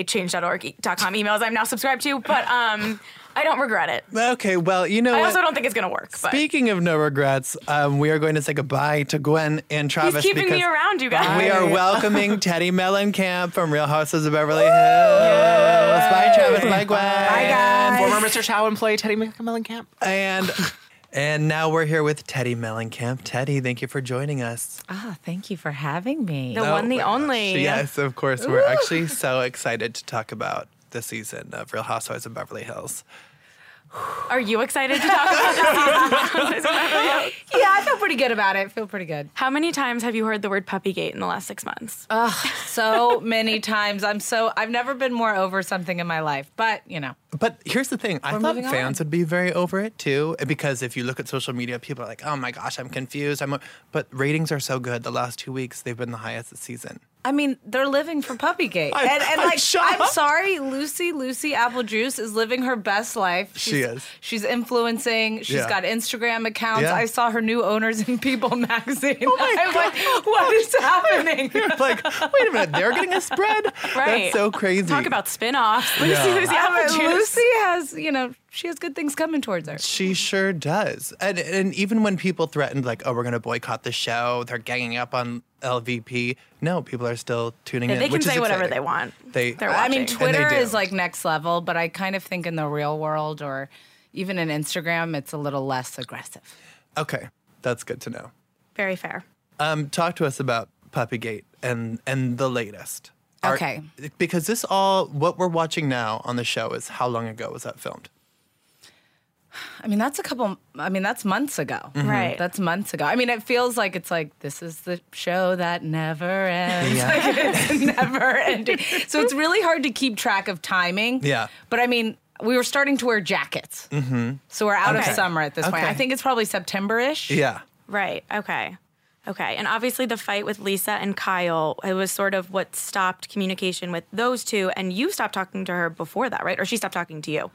S3: change.org.com emails I'm now subscribed to, but um, I don't regret it.
S1: Okay, well, you know
S3: I
S1: what?
S3: also don't think it's gonna work. But
S1: Speaking of no regrets, um, we are going to say goodbye to Gwen and Travis.
S3: he's keeping
S1: because
S3: me around, you guys.
S1: We are welcoming Teddy Mellencamp from Real Houses of Beverly Hills. Bye, Travis. Bye, Gwen. Bye,
S4: and former Mr. Chow and play Teddy Mellencamp.
S1: And and now we're here with Teddy Mellencamp. Teddy, thank you for joining us.
S5: Ah, thank you for having me.
S3: the one, the only.
S1: Oh Yes, of course. We're actually so excited to talk about the season of Real Housewives of Beverly Hills.
S3: Are you excited to talk about this?
S5: Yeah, I feel pretty good about it. feel pretty good.
S3: How many times have you heard the word puppygate in the last six months?
S1: Uh,
S5: So many times. I'm so I've never been more over something in my life. But you know.
S1: But here's the thing. I thought
S5: moving
S1: fans would be very over it too, because if you look at social media, people are like, "Oh my gosh, I'm confused." I'm, but ratings are so good. The last two weeks, they've been the highest this season.
S5: I mean, they're living for Puppygate.
S1: I-
S5: and and
S1: I'm
S5: like
S1: shocked.
S5: I'm sorry, Lucy, Lucy Apple Juice is living her best life. She's,
S1: She is.
S5: She's influencing. She's
S1: Yeah.
S5: got Instagram accounts.
S1: Yeah. Oh
S5: I saw her new owners in People magazine. I'm like, what is happening?
S1: like, wait a minute, they're getting a spread. That's
S3: Right.
S1: so crazy.
S3: Talk about spin-offs. Lucy,
S1: Yeah.
S3: Lucy,
S5: Yeah,
S3: Apple
S5: but
S3: Juice.
S5: Lucy has, you know, she has good things coming towards her.
S1: She sure does. And and even when people threatened like, "Oh, we're going to boycott the show," they're ganging up on LVP. No, people are still tuning in.
S3: They can
S1: which is
S3: say whatever
S1: exciting.
S3: they want.
S1: They-
S3: They're
S1: I
S5: I
S3: watching.
S5: mean,
S1: And they
S5: Twitter
S1: do.
S5: is like next level, but I kind of think in the real world or even in Instagram, it's a little less aggressive.
S1: Okay, that's good to know.
S3: very fair.
S1: Um, talk to us about Puppygate and and the latest. Are-
S5: Okay.
S1: because this all what we're watching now on the show is how long ago was that filmed?
S5: I mean, that's a couple, I mean, that's months ago.
S3: Right.
S5: That's months ago. I mean, it feels like it's like this is the show that never ends. Like, it's never ending. So it's really hard to keep track of timing.
S1: Yeah.
S5: But I mean, we were starting to wear jackets. Mm-hmm. So we're out
S3: Okay.
S5: of summer at this point.
S1: Okay.
S5: I think it's probably September ish.
S1: Yeah.
S3: Right. Okay. Okay. And obviously, the fight with Lisa and Kyle, it was sort of what stopped communication with those two. And you stopped talking to her before that, right? Or she stopped talking to you.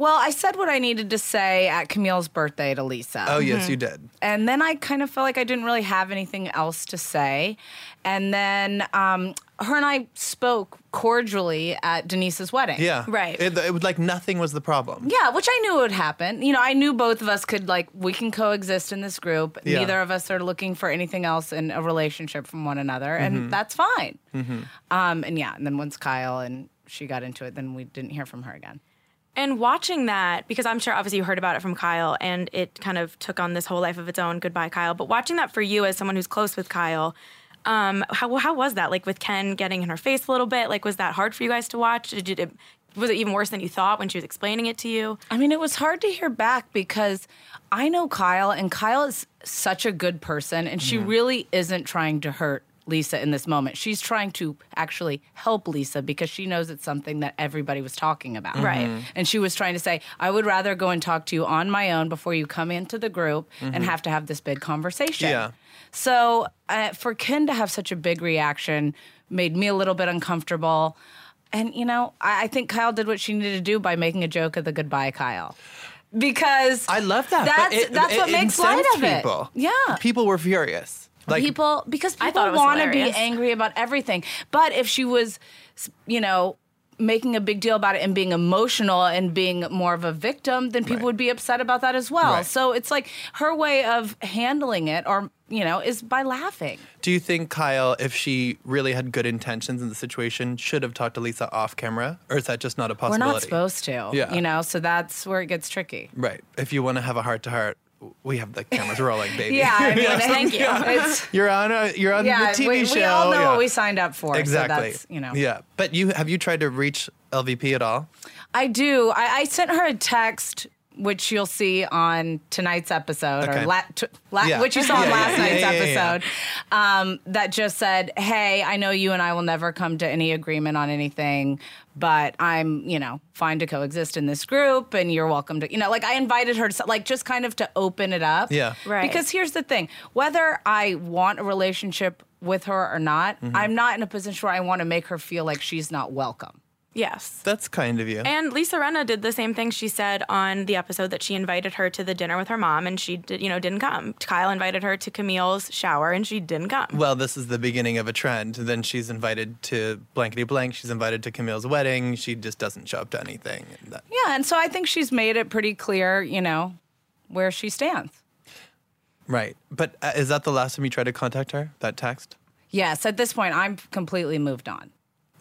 S5: Well, I said what I needed to say at Camille's birthday to Lisa.
S1: Oh, yes, you did.
S5: And then I kind of felt like I didn't really have anything else to say. And then um, her and I spoke cordially at Denise's wedding.
S1: Yeah.
S3: Right.
S1: It, it was like nothing was the problem.
S5: Yeah, which I knew would happen. You know, I knew both of us could, like, we can coexist in this group.
S1: Yeah.
S5: Neither of us are looking for anything else in a relationship from one another, and
S1: Mm-hmm.
S5: that's fine. Um, and yeah, and then once Kyle and she got into it, then we didn't hear from her again.
S3: And watching that, because I'm sure obviously you heard about it from Kyle and it kind of took on this whole life of its own, goodbye, Kyle. But watching that for you as someone who's close with Kyle, um, how, how was that? Like with Ken getting in her face a little bit, like was that hard for you guys to watch? Did you, did, was it even worse than you thought when she was explaining it to you?
S5: I mean, it was hard to hear back because I know Kyle, and Kyle is such a good person, and she really isn't trying to hurt Lisa in this moment. She's trying to actually help Lisa because she knows it's something that everybody was talking about.
S3: Right. Mhm.
S5: And she was trying to say, I would rather go and talk to you on my own before you come into the group and have to have this big conversation.
S1: Yeah.
S5: So uh, for Ken to have such a big reaction made me a little bit uncomfortable. And, you know, I, I think Kyle did what she needed to do by making a joke of the goodbye, Kyle. Because
S1: I love that. but
S5: That's,
S1: it-
S5: that's
S1: it
S5: what makes light
S1: incensed
S5: of it.
S1: People.
S5: Yeah.
S1: People were furious. Like,
S5: people, because
S3: I
S5: people
S3: thought it was
S5: want to be
S3: hilarious.
S5: angry about everything. But if she was, you know, making a big deal about it and being emotional and being more of a victim, then people
S1: Right.
S5: would be upset about that as well.
S1: Right.
S5: So it's like her way of handling it or, you know, is by laughing.
S1: do you think Kyle, if she really had good intentions in the situation, should have talked to Lisa off camera? Or is that just not a
S5: We're
S1: possibility?
S5: not supposed to,
S1: Yeah.
S5: you know, so that's where it gets tricky.
S1: Right. If you want to have a heart to heart, we have the cameras rolling, baby.
S5: Yeah, I mean,
S3: Thank you.
S5: It's,
S1: You're on a, you're on
S5: yeah,
S1: the TV
S5: we,
S1: show.
S5: we all know
S1: yeah.
S5: what we signed up for. so
S1: Exactly.
S5: that's, you know.
S1: Yeah. But you have you tried to reach LVP at all?
S5: I do. I, I sent her a text, which you'll see on tonight's episode,
S1: Okay.
S5: or la- t- la-
S1: Yeah.
S5: which you saw
S1: Yeah,
S5: on
S1: yeah,
S5: last
S1: yeah,
S5: night's
S1: yeah, yeah, yeah.
S5: episode, Um, that just said, "Hey, I know you and I will never come to any agreement on anything, but I'm, you know, fine to coexist in this group, and you're welcome to, you know, like I invited her to, like, just kind of to open it up,
S1: Yeah.
S3: Right.
S5: Because here's the thing: whether I want a relationship with her or not,
S1: Mm-hmm.
S5: I'm not in a position where I want to make her feel like she's not welcome.
S3: Yes.
S1: That's kind of you.
S3: And Lisa Renna did the same thing she said on the episode that she invited her to the dinner with her mom and she did, you know didn't come. Kyle invited her to Camille's shower and she didn't come.
S1: well, this is the beginning of a trend. Then she's invited to blankety blank. She's invited to Camille's wedding. She just doesn't show up to anything. And that-
S5: Yeah, and so I think she's made it pretty clear, you know, where she stands.
S1: Right. But uh, is that the last time you tried to contact her? That text?
S5: Yes, at this point, I'm completely moved on.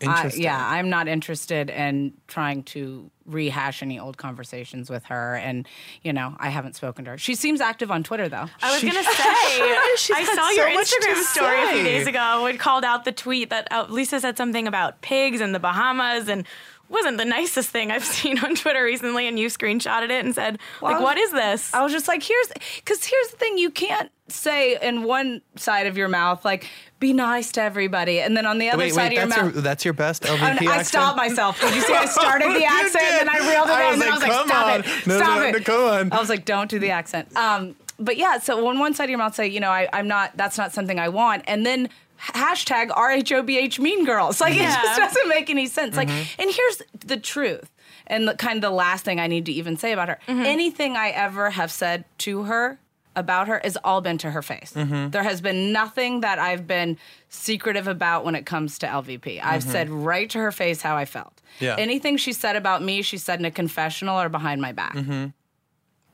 S5: I-
S1: Interesting.
S5: Uh, yeah, I'm not interested in trying to rehash any old conversations with her. And, you know, I haven't spoken to her. She seems active on Twitter, though.
S3: I was gonna say, I
S1: got
S3: saw
S1: so
S3: your
S1: much to
S3: Instagram story a
S1: say.
S3: few days ago. It called out the tweet that uh, Lisa said something about pigs and the Bahamas and wasn't the nicest thing I've seen on Twitter recently. And you screenshotted it and said, like,
S5: Well,
S3: what is this?
S5: I was just like, here's, because here's the thing you can't say in one side of your mouth, like, be nice to everybody. And then on the other
S1: Wait,
S5: side
S1: wait,
S5: of your
S1: that's
S5: mouth,
S1: your, that's your best LVP
S5: And I
S1: accent?
S5: stopped myself. Did you see I started the
S1: You
S5: accent
S1: did.
S5: and I reeled it
S1: I
S5: in
S1: was
S5: and I was
S1: like,
S5: like,
S1: "Come
S5: stop
S1: on.
S5: it.
S1: No,
S5: stop
S1: no,
S5: it.
S1: no, come on."
S5: I was like, don't do the accent. Um, but yeah, so on one side of your mouth say, you know, I, I'm not, that's not something I want. And then hashtag RHOBH mean girls. Like it just doesn't make any sense. Like, and here's the truth. And the, kind of the last thing I need to even say about her. Anything I ever have said to her about her has all been to her face. There has been nothing that I've been secretive about when it comes to LVP. I've said right to her face how I felt.
S1: Yeah.
S5: Anything she said about me, she said in a confessional or behind my back.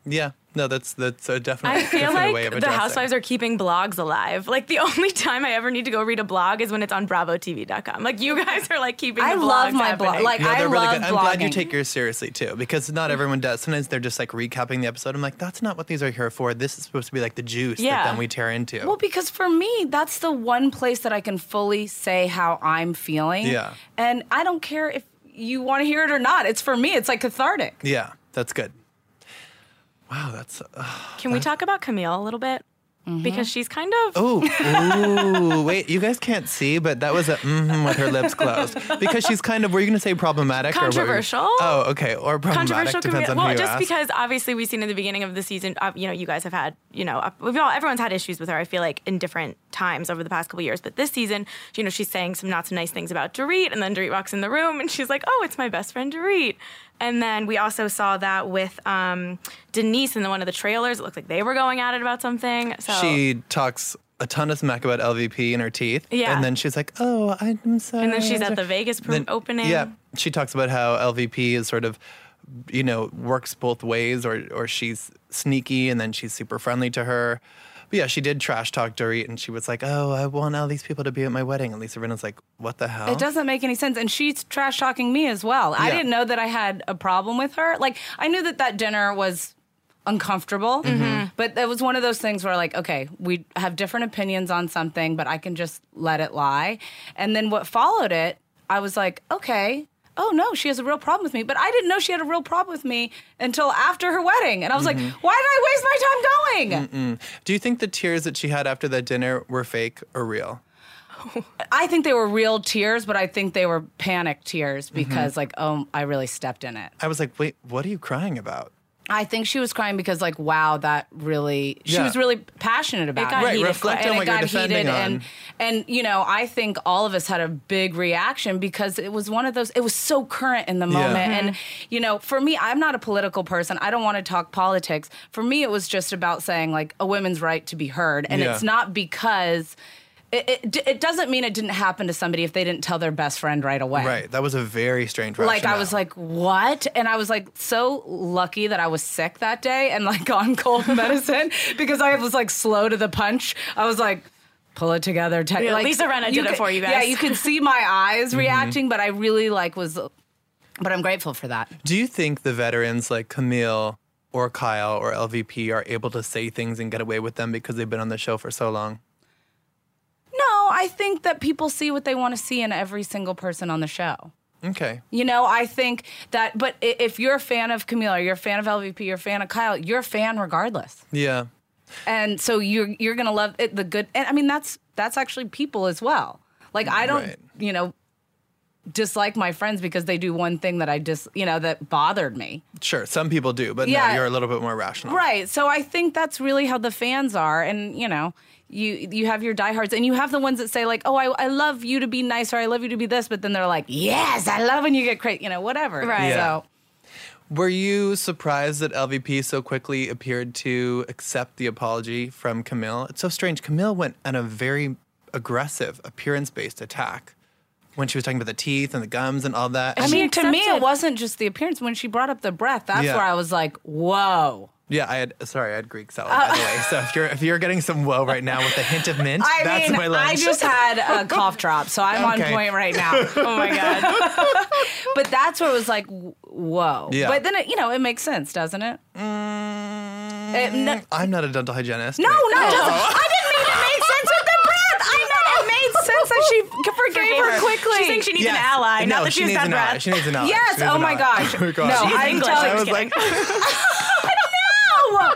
S1: Yeah. No, that's that's a definite,
S3: I feel
S1: different way
S3: like
S1: of
S3: the
S1: addressing.
S3: housewives are keeping blogs alive. Like the only time I ever need to go read a blog is when it's on BravoTV.com. Like you guys are like keeping.
S5: I
S3: the
S5: love
S3: blogs
S5: my blog.
S3: happening.
S5: Like
S1: Yeah,
S5: I
S1: they're really
S5: love
S1: good. I'm
S5: blogging.
S1: glad you take yours seriously too, because not everyone does. Sometimes they're just like recapping the episode. I'm like, that's not what these are here for. This is supposed to be like the juice
S3: Yeah.
S1: that then we tear into.
S5: Well, because for me, that's the one place that I can fully say how I'm feeling.
S1: Yeah.
S5: And I don't care if you want to hear it or not. It's for me. It's like cathartic.
S1: yeah, that's good. Wow, that's uh,
S3: Can we talk about Camille a little bit?
S5: Mm-hmm.
S3: Because she's kind of.
S1: oh ooh, wait. You guys can't see, but that was a mm with her lips closed because she's kind of. Were you going to say problematic? or what were you-
S3: Controversial.
S1: oh, okay, or problematic
S3: controversial
S1: depends
S3: commu-
S1: on
S3: well
S1: who you
S3: just
S1: ask.
S3: because obviously we've seen in the beginning of the season uh, you know you guys have had you know up- we've all everyone's had issues with her i feel like in different times over the past couple years but this season you know she's saying some not so nice things about Dorit and then Dorit walks in the room and she's like oh it's my best friend Dorit And then we also saw that with um, Denise in the, one of the trailers. It looked like they were going at it about something. So
S1: She talks a ton of smack about LVP in her teeth.
S3: Yeah.
S1: And then she's like, oh, I'm sorry.
S3: then she's at the Vegas pr- opening.
S1: Yeah. She talks about how LVP is sort of, you know, works both ways or, or she's sneaky and then she's super friendly to her. But yeah, she did trash talk Dorit and she was like, oh, I want all these people to be at my wedding. And Lisa Rinna's like, what the hell?
S5: It doesn't make any sense. And she's trash talking me as well. I
S1: Yeah.
S5: didn't know that I had a problem with her. Like, I knew that that dinner was uncomfortable, Mm-hmm. but it was one of those things where, like, okay, we have different opinions on something, but I can just let it lie. And then what followed it, I was like, okay. Oh no, she has a real problem with me. But I didn't know she had a real problem with me until after her wedding. And I was like, why did I waste my time going?
S1: Do you think the tears that she had after that dinner were fake or real?
S5: I think they were real tears, but I think they were panic tears because, like, oh, I really stepped in it.
S1: I was like, wait, what are you crying about?
S5: I think she was crying because, like, wow, that really. She
S1: Yeah.
S5: was really passionate about
S3: got
S5: it.
S3: Right, heated
S1: reflect
S5: and
S1: on
S5: it
S1: what you're
S5: got
S1: defending
S5: heated, and
S1: on.
S5: and you know, I think all of us had a big reaction because it was one of those. It was so current in the moment, and you know, for me, I'm not a political person. I don't want to talk politics. For me, it was just about saying like a woman's right to be heard, and
S1: Yeah.
S5: it's not because. It, it, it doesn't mean it didn't happen to somebody if they didn't tell their best friend right away
S1: Right. That was a very strange
S5: like
S1: rationale.
S5: I was like, what? And I was like, so lucky that I was sick that day and like on cold medicine because I was like slow to the punch. I I was like. Pull it together. Te-
S3: Yeah,
S5: like,
S3: Lisa Renna did it
S5: could-
S3: for you guys. Mm-hmm.
S5: Yeah, you could see my eyes reacting, but I really like was, but I'm grateful for that.
S1: Do you think the veterans like Camille or Kyle or LVP are able to say things and get away with them because they've been on the show for so long?
S5: No, I think that people see what they want to see in every single person on the show.
S1: Okay.
S5: You know, I think that, but i- if you're a fan of Camila, you're a fan of LVP, you're a fan of Kyle, you're a fan regardless.
S1: Yeah.
S5: and so you're you're gonna love it, the good and i mean that's that's actually people as well like i don't
S1: Right.
S5: you know dislike my friends because they do one thing that i just you know that bothered me
S1: Sure. Some people do, but
S5: Yeah.
S1: no, you're a little bit more rational.
S5: right so i think that's really how the fans are and you know you you have your diehards and you have the ones that say like oh i, I love you to be nice or i love you to be this but then they're like yes i love when you get crazy you know whatever
S3: Right.
S1: Yeah.
S5: so
S1: Were you surprised that LVP so quickly appeared to accept the apology from Camille? It's so strange. Camille went on a very aggressive appearance based attack when she was talking about the teeth and the gums and all that.
S5: i
S1: And-
S5: mean to me it
S3: accepted-
S5: wasn't just the appearance when she brought up the breath that's
S1: Yeah.
S5: where i was like whoa
S1: Yeah, I had sorry, I had Greek
S5: Uh,
S1: salad by the way. So if you're if you're getting some woe right now with a hint of mint,
S5: I
S1: that's
S5: mean,
S1: my lunch.
S5: I just had a cough drop, so I'm on
S1: Okay.
S5: point right now. Oh my god! but that's where it was like, w- whoa.
S1: Yeah.
S5: But then it, you know, it makes sense, doesn't it? It- Eh, no,
S1: Mm. I'm not a dental hygienist.
S5: no,
S1: Right.
S5: no, it doesn't. I didn't mean it made sense with the breath. I meant it made sense that she forgave, her, quickly.
S3: She thinks she needs
S1: Yes.
S3: an ally,
S1: No,
S3: not that
S1: she
S3: she's
S1: needs an
S3: done
S1: ally.
S3: breath.
S1: She needs an ally.
S5: Yes,
S1: She needs
S5: oh
S1: an
S5: my
S1: ally.
S5: gosh.
S1: Oh my gosh.
S5: No,
S3: She's
S5: I'm
S3: English,
S5: telling
S3: I'm
S1: I was
S3: just kidding.
S1: like,
S5: no.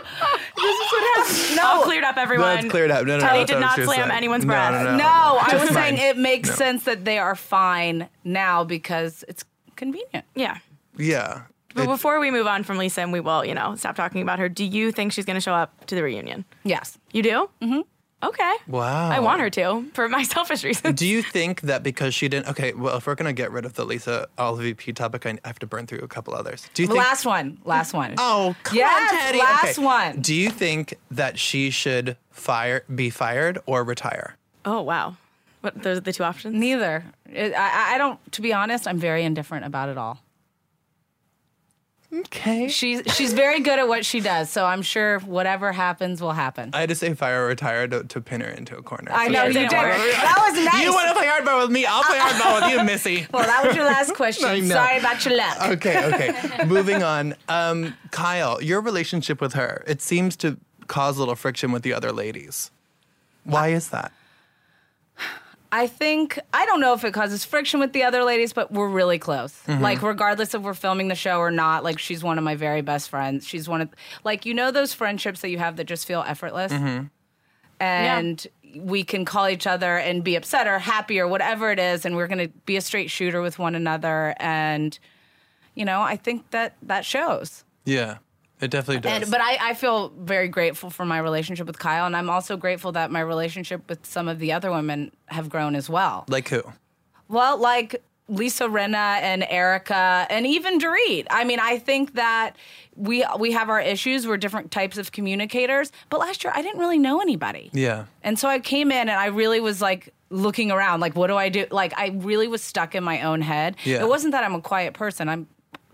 S5: This is what happens. No,
S3: All cleared up, everyone.
S1: that's cleared up. No, no, no.
S3: They
S1: that's
S3: did
S1: what
S3: not
S1: she was
S3: slam
S1: saying.
S3: anyone's
S1: No,
S3: breath.
S1: No, no,
S5: No, I
S1: Just
S5: was saying
S1: fine.
S5: it makes sense that they are fine now because it's convenient.
S3: Yeah.
S1: Yeah.
S3: But
S1: It-
S3: before we move on from Lisa, and we will, you know, stop talking about her. Do you think she's going to show up to the reunion?
S5: Yes.
S3: You do? Mm-hmm. Okay.
S1: Wow.
S3: I want her to for my selfish reasons.
S1: Do you think that because she didn't? Okay, well, if we're gonna get rid of the Lisa LVP topic, I I have to burn through a couple others. Do you think?
S5: Last one. Last one.
S1: Oh, come
S5: Yes,
S1: on, Teddy.
S5: last
S1: Okay.
S5: one.
S1: Do you think that she should fire, be fired, or retire?
S3: Oh wow. What, those are the two options.
S5: Neither. It, I, I- I don't. To be honest, I'm very indifferent about it all.
S1: Okay.
S5: She's she's very good at what she does, so I'm sure whatever happens will happen.
S1: I had to say fire or retire to, to pin her into a corner.
S5: I
S1: So
S5: know
S3: it
S5: you
S3: didn't
S5: did.
S3: work.
S5: That was nice.
S1: You want to play hardball with me? I'll play hardball with you, Missy.
S5: well, that was your last question.
S1: I know.
S5: Sorry about your luck.
S1: Okay, okay. Moving on. Um, Kyle, your relationship with her, it seems to cause a little friction with the other ladies. Why is that?
S5: I think I don't know if it causes friction with the other ladies, but we're really close.
S1: Mm-hmm.
S5: Like regardless if we're filming the show or not, like she's one of my very best friends. She's one of like you know those friendships that you have that just feel effortless.
S1: Mm-hmm.
S5: And we can call each other and be upset or happy or whatever it is and we're going to be a straight shooter with one another and you know, I think that that shows.
S1: Yeah, it definitely does.
S5: And, but I, I feel very grateful for my relationship with Kyle, and I'm also grateful that my relationship with some of the other women have grown as well.
S1: like who?
S5: Well, like Lisa Renna and Erica and even Dorit. I mean, I think that we we have our issues. We're different types of communicators. But last year, I didn't really know anybody.
S1: Yeah.
S5: And so I came in and I really was like looking around, like, what do I do? Like, I really was stuck in my own head.
S1: Yeah.
S5: It wasn't that I'm a quiet person. I'm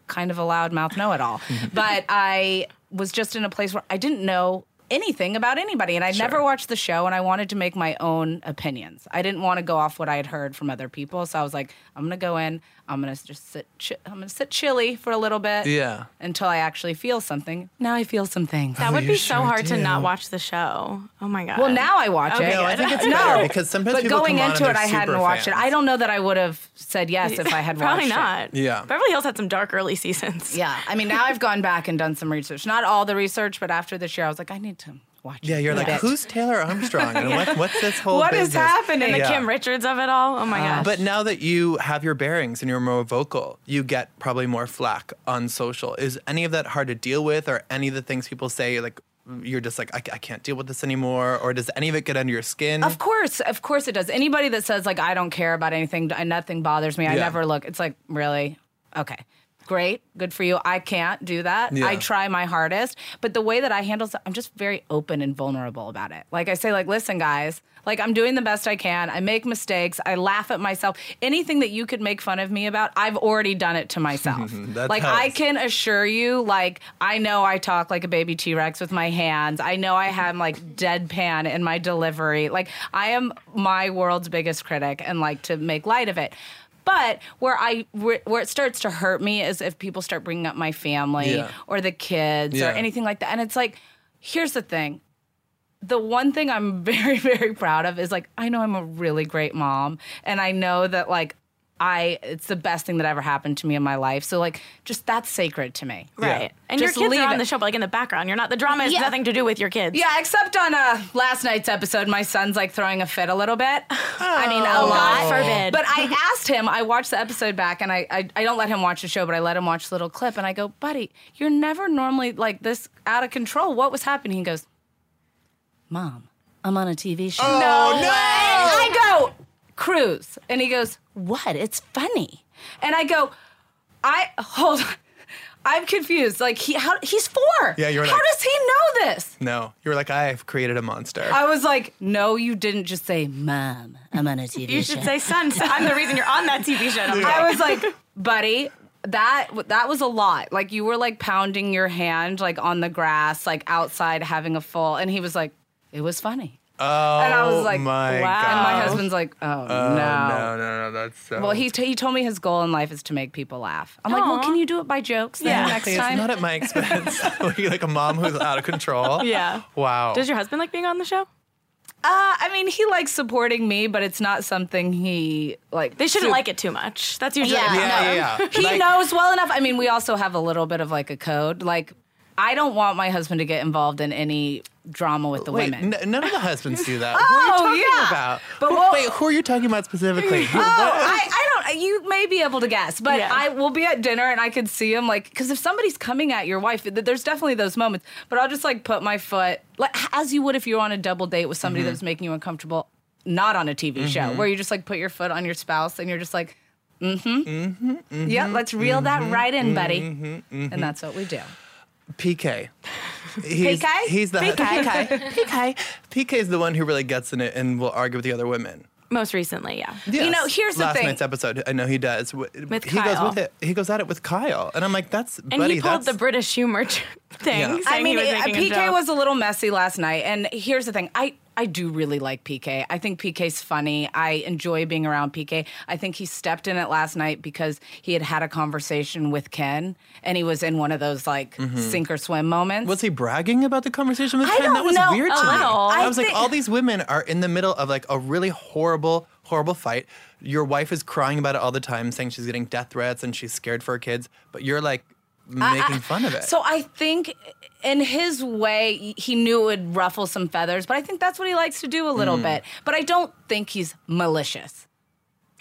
S5: kind of a loud mouth know it all. but I was just in a place where I didn't know anything about anybody and I'd never watched the show and I wanted to make my own opinions. I didn't want to go off what I had heard from other people. So I was like, I'm going to go in, I'm going to just sit chi- I'm going to sit chilly for a little bit
S1: Yeah.
S5: until I actually feel something. Now I feel some things.
S3: That would
S1: you
S3: be
S1: sure
S3: so hard to
S1: do.
S3: not watch the show. Oh my god.
S5: Well, now I watch
S3: Okay,
S5: it.
S3: No, I
S1: think it's
S5: no,
S1: better because sometimes
S5: but
S1: people
S5: going
S1: come on
S5: into
S1: and
S5: it,
S1: they're
S5: I hadn't
S1: super
S5: watched it.
S1: fans.
S5: I don't know that I would have said yes if I had
S3: Probably
S5: watched
S3: not.
S5: it.
S1: Yeah.
S3: Beverly Hills had some dark early seasons.
S5: Yeah, I mean, now I've gone back and done some research. Not all the research, but after this year, I was like, I need to watch.
S1: Yeah,
S5: it
S1: you're
S5: a
S1: like,
S5: bit.
S1: who's Taylor Armstrong? And what, what's this whole
S5: What is
S1: business?
S5: happening?
S3: And the
S1: Yeah. Uh,
S3: Kim Richards of it all. Oh my gosh.
S1: But now that you have your bearings and you're more vocal, you get probably more flack on social. Is any of that hard to deal with, or any of the things people say, like you're just like, I, I can't deal with this anymore, or does any of it get under your skin?
S5: Of course, of course it does. Anybody that says like I don't care about anything, I- nothing bothers me. I
S1: Yeah.
S5: never look. It's like really okay. Great, good for you. I can't do that. I
S1: Yeah.
S5: try my hardest, but the way that I handle stuff, I'm just very open and vulnerable about it. Like I say, like listen, guys, like I'm doing the best I can. I make mistakes. I laugh at myself. Anything that you could make fun of me about, I've already done it to myself.
S1: That
S5: like I
S1: helps.
S5: can assure you, like I know I talk like a baby T Rex with my hands. I know I have like deadpan in my delivery. Like I am my world's biggest critic, and like to make light of it. But where I where, where it starts to hurt me is if people start bringing up my family
S1: Yeah.
S5: or the kids
S1: Yeah.
S5: or anything like that, and it's like, here's the thing. The one thing I'm very, very proud of is like, I know I'm a really great mom. And I know that, like, I, it's the best thing that ever happened to me in my life. So, like, just that's sacred to me.
S3: right. And
S5: Just
S3: your kids
S5: leave
S3: are on
S5: it.
S3: the show, but like in the background. You're not the drama has
S5: Yeah.
S3: nothing to do with your kids.
S5: Yeah, except on uh, last night's episode, my son's like throwing a fit a little bit. I mean, a
S3: Oh,
S5: lot.
S3: God forbid.
S5: But I asked him, I watched the episode back and I, I, I don't let him watch the show, but I let him watch the little clip and I go, buddy, you're never normally like this out of control. What was happening? He goes, Mom, I'm on a TV show.
S1: Oh, no,
S5: And I go, cruise. And he goes, what? It's funny. And I go, I, hold on. I'm confused. Like he, how, he's four.
S1: Yeah, you're
S5: How
S1: like-
S5: does he know this?
S1: no. You were like, I've created a monster.
S5: I was like, no, you didn't just say, mom, I'm on a TV
S3: You should say, son, so I'm the reason you're on that TV show. I'm like,
S5: I was like, buddy, that that was a lot. Like you were like pounding your hand like on the grass, like outside having a full. And he was like, it was funny.
S1: oh,
S5: and I was like,
S1: my
S3: wow.
S1: God.
S5: And my husband's like, oh,
S1: No, no, no, that's so.
S5: Well, he, he told me his goal in life is to make people laugh. I'm like, well,
S3: Aw.
S5: can you do it by jokes then
S3: Yeah.
S5: next
S1: Please,
S5: time?
S1: not at my expense. Were you like a mom who's out of control?
S3: Yeah.
S1: Wow.
S3: Does your husband like being on the show?
S5: uh, I mean, he likes supporting me, but it's not something he like.
S3: They shouldn't
S5: super-
S3: like it too much. That's usually
S5: Yeah.
S3: the problem.
S1: yeah, yeah, yeah.
S5: He
S1: Like-
S5: knows well enough. I mean, we also have a little bit of like a code. Like, I don't want my husband to get involved in any drama with the
S1: Wait,
S5: women.
S1: n- none of the husbands do that. Oh, who are you talking
S5: yeah.
S1: about?
S5: But
S1: Who-
S5: we'll-
S1: wait, who are you talking about specifically? Who-
S5: Oh,
S1: what-
S5: I, I don't. You may be able to guess, but
S3: Yeah.
S5: I will be at dinner and I could see him like because if somebody's coming at your wife, th- there's definitely those moments. But I'll just like put my foot like as you would if you're on a double date with
S1: Mm-hmm.
S5: somebody that was making you uncomfortable, not on a TV show where you just like put your foot on your spouse and you're just like, mm-hmm, mm-hmm, yeah, let's reel that right in, buddy,
S1: mm-hmm,
S5: and that's what we do.
S1: PK. He's,
S5: PK?
S1: He's the
S5: PK.
S1: PK. PK is the one who really gets in it and will argue with the other women.
S3: Most recently, yeah.
S1: Yes.
S5: know, here's the
S1: last
S5: thing.
S1: night's episode. I know he does. With he
S3: Kyle.
S1: goes with it. He goes at it with Kyle, and I'm like, that's
S3: And
S1: buddy.
S3: he pulled
S1: that's,
S3: the British humor t- thing.
S1: Yeah. I
S3: Saying
S5: I mean,
S3: he was
S5: it-
S3: making a
S5: PK
S3: joke.
S5: was a little messy last night, and here's the thing: I I do really like PK. I think PK's funny. I enjoy being around PK. I think he stepped in it last night because he had had a conversation with Ken, and he was in one of those like sink or swim moments.
S1: Was Mm-hmm. he bragging about the conversation with
S5: I
S1: Ken?
S5: don't
S1: That was
S5: know.
S1: weird
S5: A
S1: to me.
S5: little.
S1: I,
S5: I
S1: was
S5: think-
S1: like, all these women are in the middle of like a really horrible, horrible fight. Your wife is crying about it all the time, saying she's getting death threats and she's scared for her kids, but you're like making fun of it.
S5: So I think in his way, he knew it would ruffle some feathers, but I think that's what he likes to do a
S1: Mm.
S5: little bit. But I don't think he's malicious.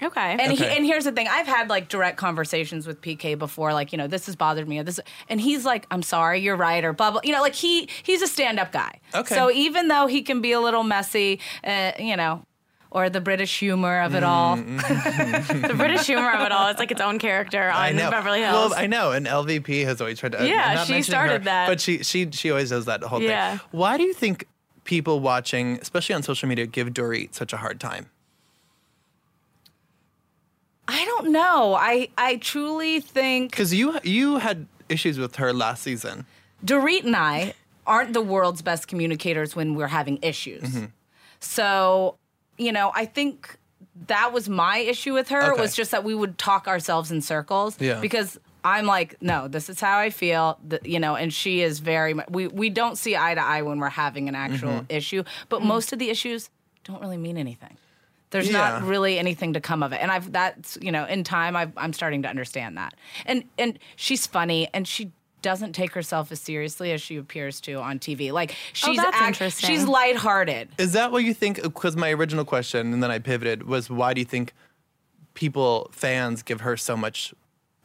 S3: Okay.
S5: And he,
S1: Okay.
S5: and here's the thing: I've had like direct conversations with PK before, like you know, this has bothered me, or this, and he's like, "I'm sorry, you're right," or blah blah. You know, like he he's a stand up guy.
S1: Okay.
S5: So even though he can be a little messy, uh, you know, or the British humor of it all.
S1: Mm-hmm.
S3: the British humor of it all. It's like its own character on
S1: I know.
S3: Beverly Hills.
S1: Well, I know, and LVP has always tried to. I'm
S3: Yeah,
S1: not
S3: she
S1: mentioning her,
S3: started that.
S1: But she she she always does that whole
S3: Yeah.
S1: thing. Why do you think people watching, especially on social media, give Dorit such a hard time?
S5: I don't know. I I truly think
S1: Because you you had issues with her last season.
S5: Dorit and I aren't the world's best communicators when we're having issues.
S1: Mm-hmm.
S5: So, you know, I think that was my issue with her
S1: Okay.
S5: was just that we would talk ourselves in circles
S1: Yeah.
S5: because I'm like, no, this is how I feel, th- you know, and she is very much, we, we don't see eye to eye when we're having an actual
S1: Mm-hmm.
S5: issue, but most of the issues don't really mean anything. There's not
S1: Yeah.
S5: really anything to come of it. And I've, that's, you know, in time, I've, I'm starting to understand that. And, and she's funny and she doesn't take herself as seriously as she appears to on TV. Like she's,
S3: Oh, that's
S5: act-
S3: interesting.
S5: she's lighthearted.
S1: Is that what you think? Because my original question, and then I pivoted, was why do you think people fans give her so much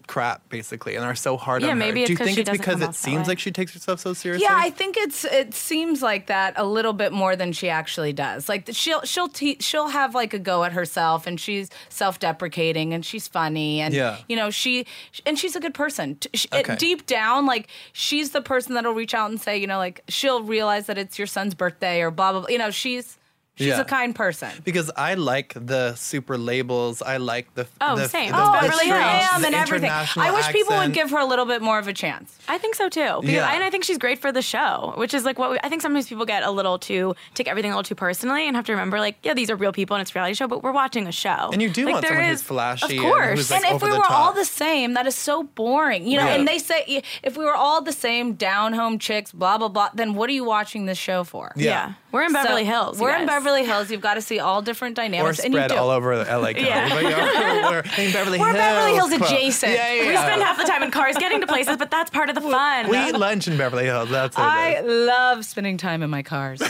S1: crap basically and are so hard
S3: Yeah,
S1: on her?
S3: maybe it's
S1: do you
S3: 'cause
S1: think
S3: she
S1: it's
S3: doesn't
S1: because
S3: come
S1: it
S3: off that
S1: seems
S3: way.
S1: like she takes herself so seriously?
S5: Yeah, I think it's it seems like that a little bit more than she actually does. Like th- she'll she'll te- she'll have like a go at herself, and she's self-deprecating, and she's funny, and
S1: Yeah.
S5: you know she sh- and she's a good person. T- sh-
S1: Okay.
S5: it, deep down, like she's the person that'll reach out and say, you know, like she'll realize that it's your son's birthday or blah blah. blah. You know, she's she's
S1: Yeah.
S5: a kind person.
S1: Because I like the super labels. I like the
S3: Oh,
S1: the,
S3: same.
S1: The,
S3: Oh,
S1: the
S3: Beverly
S1: strange,
S3: Hills.
S1: the
S5: and everything.
S1: international
S5: I wish people would
S1: accent.
S5: give her a little bit more of a chance.
S3: I think so too. Because,
S1: Yeah.
S3: And I think she's great for the show, which is like what we, I think sometimes people get a little too, take everything a little too personally and have to remember, like, yeah, these are real people and it's a reality show, but we're watching a show.
S1: And you do
S3: like,
S1: want
S3: there
S1: someone who's
S3: is-
S1: flashy
S3: Of
S1: and
S3: course.
S1: who's, like, oh,
S5: and if
S1: over
S5: we
S1: the
S5: were all
S1: top.
S5: the same, that is so boring, you know.
S1: Yeah.
S5: And they say if we were all the same, down home chicks, blah blah blah, then what are you watching this show for?
S3: yeah. We're in Beverly
S5: So,
S3: Hills. you
S5: We're in
S3: guys.
S5: Beverly Hills. You've got to see all different
S1: or
S5: dynamics, and you
S1: spread
S5: do.
S1: all over LA County.
S3: Yeah.
S1: But you're, we're in Beverly
S5: We're
S1: Hills.
S5: Beverly Hills
S1: quote.
S5: adjacent.
S1: Yeah, yeah,
S3: We
S1: yeah.
S3: spend half the time in cars getting to places, but that's part of the fun.
S1: We eat lunch in Beverly Hills. That's what it
S5: I
S1: is.
S5: love spending time in my cars.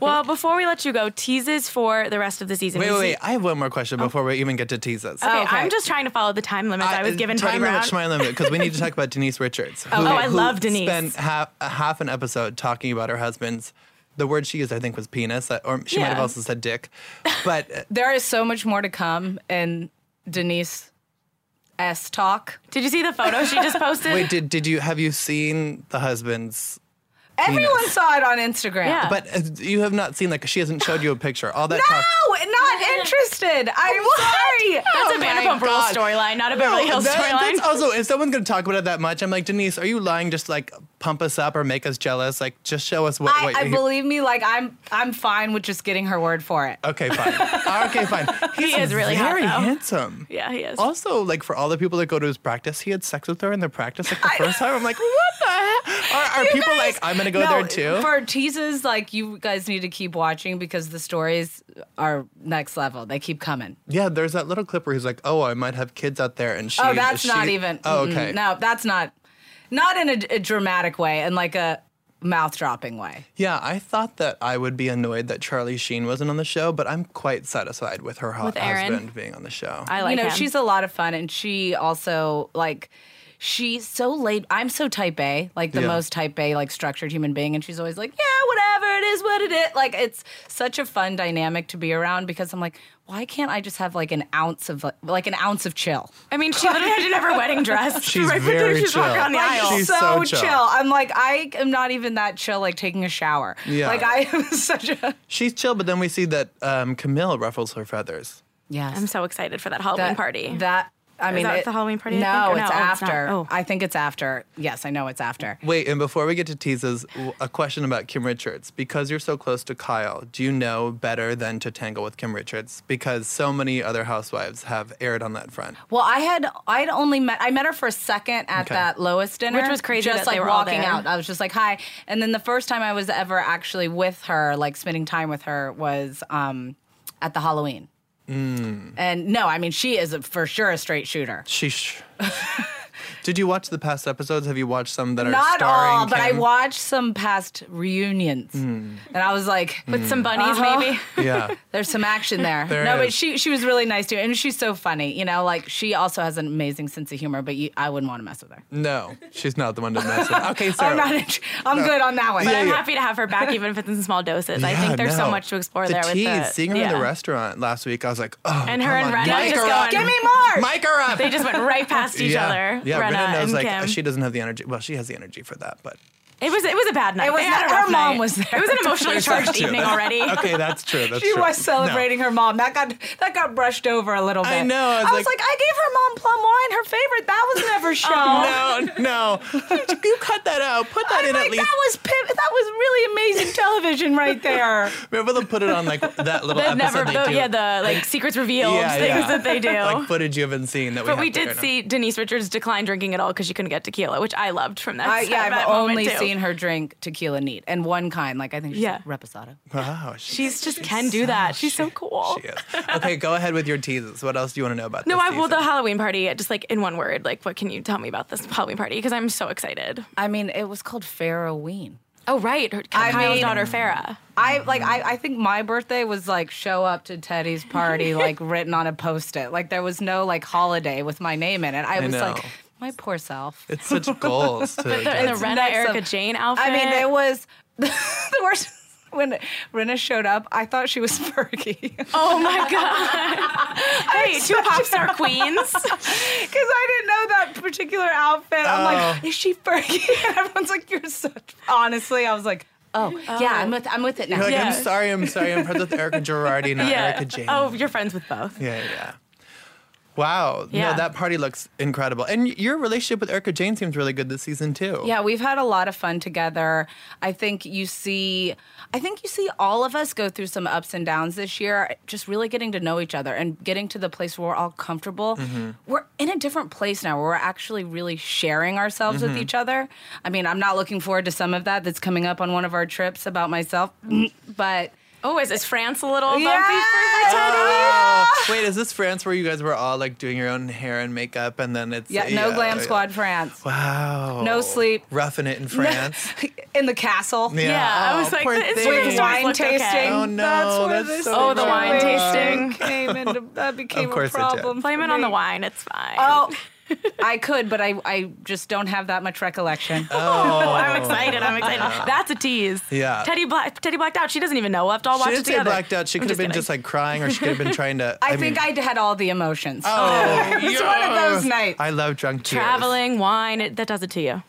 S3: well, before we let you go, teases for the rest of the season.
S1: Wait,
S3: We
S1: wait,
S3: see-
S1: wait. I have one more question before we even get to teases.
S3: Okay,
S5: Oh. okay.
S3: I'm just trying to follow the time limits I, was given. Brody
S1: time
S3: Brown.
S1: limit, time limit, because we need to talk about Denise Richards.
S5: Oh,
S1: Who,
S3: I
S1: who
S3: love Denise.
S1: Spent half a half an episode talking about her husband's. The word she used, I think, was penis, or she might have
S3: Yeah.
S1: also said dick. But uh,
S5: there is so much more to come in Denise S talk.
S3: Did you see the photo she just posted?
S1: wait, did did you have you seen the husband's?
S5: Everyone saw it on Instagram.
S3: Yeah.
S1: But uh, you have not seen like she hasn't showed you a picture. All that talk.
S5: No, not interested. I'm sorry. Oh
S3: That's a
S1: my
S3: Vanderpump Rules
S1: God.
S3: storyline, not a Beverly Hills
S1: that-
S3: storyline.
S1: That's also if someone's going to talk about it that much, I'm like Denise, are you lying? Just like pump us up or make us jealous? Like just show us what. what
S5: I, I
S1: you-
S5: believe me, like I'm I'm fine with just getting her word for it.
S1: Okay, fine. okay, fine. He's
S3: is really hot,
S1: very
S3: though.
S1: handsome.
S3: Yeah, he is.
S1: Also, like for all the people that go to his practice, he had sex with her in the practice like the first time. I'm like, what the heck? Are, are
S5: You
S1: people
S5: guys-
S1: like, I'm gonna go
S5: No,
S1: there too?
S5: For teases, like you guys need to keep watching because the stories are next level. They keep coming.
S1: yeah, there's that little clip where he's like, oh, I might have kids out there, and she.
S5: oh, that's
S1: she-
S5: not even.
S1: Oh,
S5: mm-mm.
S1: okay.
S5: No, that's not. Not in a, a dramatic way, in like a mouth dropping way.
S1: Yeah, I thought that I would be annoyed that Charlie Sheen wasn't on the show, but I'm quite satisfied with her hot
S3: With Aaron.
S1: husband being on the show.
S3: I like
S5: you know,
S3: him.
S5: she's a lot of fun, and she also like she's so late. I'm so type A, like the
S1: Yeah.
S5: most type A, like structured human being, and she's always like, yeah, whatever it is, what it is. Like it's such a fun dynamic to be around because I'm like, why can't I just have like an ounce of like, like an ounce of chill?
S3: I mean, she literally had it in her wedding dress.
S1: She's
S3: right before
S1: very
S3: she's walking
S1: chill.
S3: on the
S1: Like,
S3: aisle.
S1: she's
S5: so,
S1: so
S5: chill.
S1: chill.
S5: I'm like, I am not even that chill. Like taking a shower.
S1: Yeah.
S5: Like I am such a
S1: She's chill, but then we see that um, Camille ruffles her feathers.
S5: yes.
S3: I'm so excited for that Halloween
S5: that-
S3: party.
S5: That I mean,
S3: that
S5: it-
S3: the Halloween party, I
S5: No,
S3: think, or
S5: it's
S3: no? Oh, it's not.
S5: after.
S3: Oh.
S5: I think it's after. Yes, I know it's after.
S1: Wait, and before we get to teases, w- a question about Kim Richards. Because you're so close to Kyle, do you know better than to tangle with Kim Richards? Because so many other housewives have aired on that front.
S5: Well, I had I'd only met I met her for a second at
S1: Okay.
S5: that Lois dinner,
S3: Which was crazy
S5: Just
S3: that
S5: like
S3: they were all
S5: walking
S3: there.
S5: out, I was just like hi. And then the first time I was ever actually with her, like spending time with her, was um, at the Halloween.
S1: Hmm.
S5: And no, I mean she is a, for sure a straight shooter.
S1: Sheesh. Did you watch the past episodes? Have you watched some that are
S5: Not
S1: starring
S5: all, but I
S1: Kim? Hmm.
S5: watched some past reunions, and I was like,
S3: With some bunnies,
S5: Uh-huh.
S3: maybe.
S1: Yeah.
S5: There's some action there.
S1: There
S5: no, but
S1: is.
S5: she she was really nice too, and she's so funny. You know, like she also has an amazing sense of humor. But you, I wouldn't want to mess with her.
S1: No, she's not the one to mess with. Okay, Sarah.
S5: I'm not. int- I'm good on that one.
S3: But I'm
S1: yeah.
S3: happy to have her back, even if it's in small doses. I
S1: Yeah,
S3: think there's so
S1: no.
S3: much to explore
S1: the
S3: there
S1: Tease,
S3: with the,
S1: seeing her in the
S3: yeah.
S1: restaurant last week, I was like, oh,
S3: And her
S1: come
S3: and
S1: on,
S3: Renna
S1: mic
S3: just
S1: her up.
S3: going-
S5: Give me more.
S1: Mic her up.
S3: They just went right past each
S1: yeah.
S3: other.
S1: Yeah,
S3: Renna
S1: Renna knows
S3: and
S1: like
S3: Kim.
S1: she doesn't have the energy. Well, she has the energy for that, but
S3: It was it was a bad night.
S5: It was
S3: They had
S5: not-
S3: a rough
S5: her mom
S3: night.
S5: was there.
S3: It was an emotionally charged
S1: That's true.
S3: evening
S1: That's-
S3: already.
S1: Okay, that's true. That's
S5: She
S1: true.
S5: was
S1: No.
S5: celebrating her mom. That got that got brushed over a little bit.
S1: I know, I was like-
S5: I Oh. gave her mom plum wine, her favorite. That was never shown.
S1: No, no. you cut that out. Put that
S5: I'm
S1: in
S5: like,
S1: at least.
S5: that was pivot. That was really amazing television right there.
S1: Remember they'll put it on like that little
S3: The
S1: episode
S3: never,
S1: they
S3: the,
S1: do.
S3: yeah, the like secrets revealed
S1: Yeah,
S3: things
S1: yeah.
S3: that they do.
S1: like footage you haven't seen that we.
S3: but
S1: have
S3: we
S1: to air
S3: did
S1: now.
S3: see Denise Richards decline drinking at all because she couldn't get tequila, which I loved from that.
S5: I, yeah,
S3: that
S5: I've
S3: moment,
S5: only
S3: too.
S5: seen her drink tequila neat and one kind. Like I think she's
S3: Yeah.
S5: like, reposado.
S1: Wow, she's
S3: She's just can do that. She's so cool.
S1: she is. Okay, go ahead with your teases. What else do you want to know about?
S3: No,
S1: this
S3: I well
S1: season?
S3: the Halloween party. Just like in one word, like what can you tell me about this Halloween party? Because I'm so excited.
S5: I mean, it was called Farroween.
S3: Oh right, her,
S5: I
S3: Kyle's
S5: mean-
S3: daughter Farah.
S5: I like I, I think my birthday was like show up to Teddy's party like written on a post-it. Like there was no like holiday with my name in it. I was
S1: know.
S5: like my poor self.
S1: It's such goals to.
S3: In the
S1: get-
S3: Rena
S5: next
S3: Erica
S5: up.
S3: Jane outfit.
S5: I mean, it was the worst. When Rena showed up, I thought she was Fergie because
S3: Oh my god! hey, two pop star queens.
S5: I didn't know that particular outfit. I'm like,
S1: Oh.
S5: is she Fergie? And everyone's like, you're such. Honestly, I was like, oh, yeah, I'm with, I'm with it now.
S1: You're like,
S3: Yeah.
S1: I'm sorry, I'm sorry. I'm friends with Erica Girardi, not Erica Jane.
S3: Oh, you're friends with both.
S1: Yeah, yeah. Wow.
S3: Yeah.
S1: No, that party looks incredible. And y- your relationship with Erica Jane seems really good this season too.
S5: Yeah, we've had a lot of fun together. I think you see I think you see all of us go through some ups and downs this year, just really getting to know each other and getting to the place where we're all comfortable. We're in a different place now where we're actually really sharing ourselves with each other. I mean, I'm not looking forward to some of that that's coming up on one of our trips about myself, but
S3: Oh, is, is France a little bumpy
S5: Yeah.
S3: for her?
S1: Oh, wait, is this France where you guys were all like doing your own hair and makeup and then it's uh,
S5: yeah, no glam
S1: yeah.
S5: squad France.
S1: Wow.
S5: No sleep.
S1: Roughing it in France.
S5: in the castle.
S3: Yeah, I
S1: Oh,
S3: was like,
S1: poor
S3: the
S1: thing.
S3: Instagram stories
S5: wine
S3: looked okay.
S5: tasting.
S1: Oh, no,
S5: that's where
S1: that's
S5: this
S1: so
S3: Oh, the wine
S5: situation
S3: tasting.
S5: came into that became a
S1: course it did.
S5: problem.
S3: Blame
S5: for
S3: it on the
S5: me.
S3: wine. It's fine.
S5: Oh, I could, but I I just don't have that much recollection.
S3: Oh, I'm excited. I'm excited. That's a tease.
S1: Yeah.
S3: Teddy black. Teddy blacked out. She doesn't even know. We'll have to all watch
S1: She
S3: it
S1: didn't say
S3: together.
S1: blacked out. She
S3: I'm
S1: could have been
S3: kidding.
S1: just like crying or she could have been trying to.
S5: I, think I had all the emotions.
S1: Oh,
S5: it was one of those nights.
S1: I love drunk tears.
S3: traveling, wine. It, that does it to you.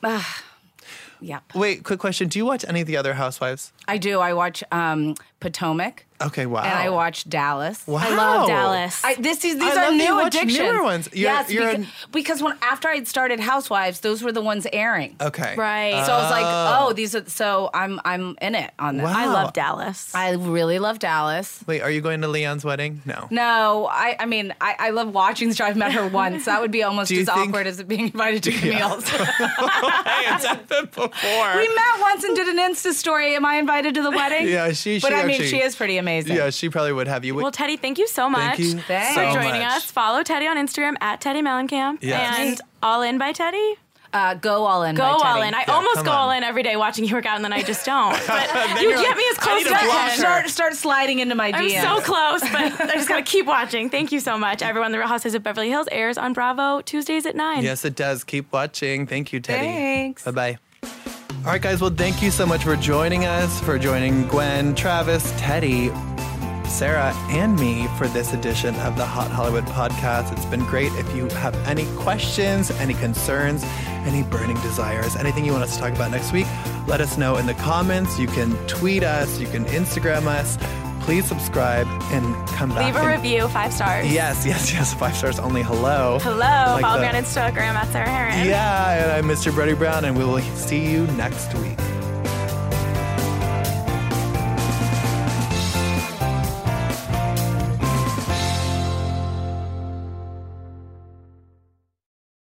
S5: yeah,
S1: Wait, quick question. Do you watch any of the other Housewives?
S5: I do. I watch um, Potomac
S1: Okay, wow.
S5: and I watch Dallas.
S1: Wow.
S3: I love Dallas.
S5: I, this is
S1: Oh. I love
S5: these are
S1: that you
S5: new
S1: watch
S5: addictions.
S1: newer ones. You're-
S5: yes,
S1: you're
S5: beca-
S1: an-
S5: because when after I'd started Housewives, those were the ones airing.
S1: Okay.
S3: right.
S5: So I was like, oh, these are so I'm I'm in it on this.
S3: I
S1: wow.
S3: love Dallas.
S5: I really love Dallas.
S1: Wait, are you going to Leon's wedding? No.
S5: No, I, I mean, I, I love watching the show. I've met her once. That would be almost
S1: Do you
S5: as
S1: think-
S5: awkward as being invited to Camille's.
S1: Hey, it's happened before.
S5: we met once and did an Insta story. Am I invited to the wedding?
S1: Yeah, she-
S5: But
S1: she
S5: I mean,
S1: actually-
S5: she is pretty amazing.
S1: yeah, she probably would have you.
S3: well, Teddy, thank you so much
S1: Thank you
S5: Thanks.
S3: for
S1: so
S3: joining
S1: much.
S3: us. Follow Teddy on Instagram at Teddy Mellencamp
S1: Yes.
S3: and All In by Teddy.
S5: Uh, go all in.
S3: Go
S5: by
S3: all
S5: Teddy.
S3: in. I
S1: Yeah,
S3: almost
S1: come
S3: go all
S1: on.
S3: in every day watching you work out, and then I just don't. But you
S1: you're
S3: get
S1: like,
S3: me as
S1: I
S3: close
S1: need
S3: to
S1: a block.
S3: that.
S1: Blocker.
S5: Start, start sliding into my
S3: I'm
S5: DMs.
S3: so close, but I just gotta keep watching. Thank you so much, everyone. The Real Housewives of Beverly Hills airs on Bravo Tuesdays at nine.
S1: Yes, it does. Keep watching. Thank you, Teddy.
S5: Thanks.
S1: Bye bye. All right, guys. Well, thank you so much for joining us, for joining Gwen, Travis, Teddy, Sarah, and me for this edition of the Hot Hollywood podcast. It's been great. If you have any questions, any concerns, any burning desires, anything you want us to talk about next week, let us know in the comments. You can tweet us, you can Instagram us. Please subscribe and come back.
S3: Leave a
S1: and-
S3: review, five stars.
S1: Yes, yes, yes. Five stars only. Hello.
S3: Hello.
S1: Like
S3: Follow
S1: the-
S3: me on Instagram at Sarah Heron.
S1: yeah, and I'm Mr. Brody Brown, and we will see you next week.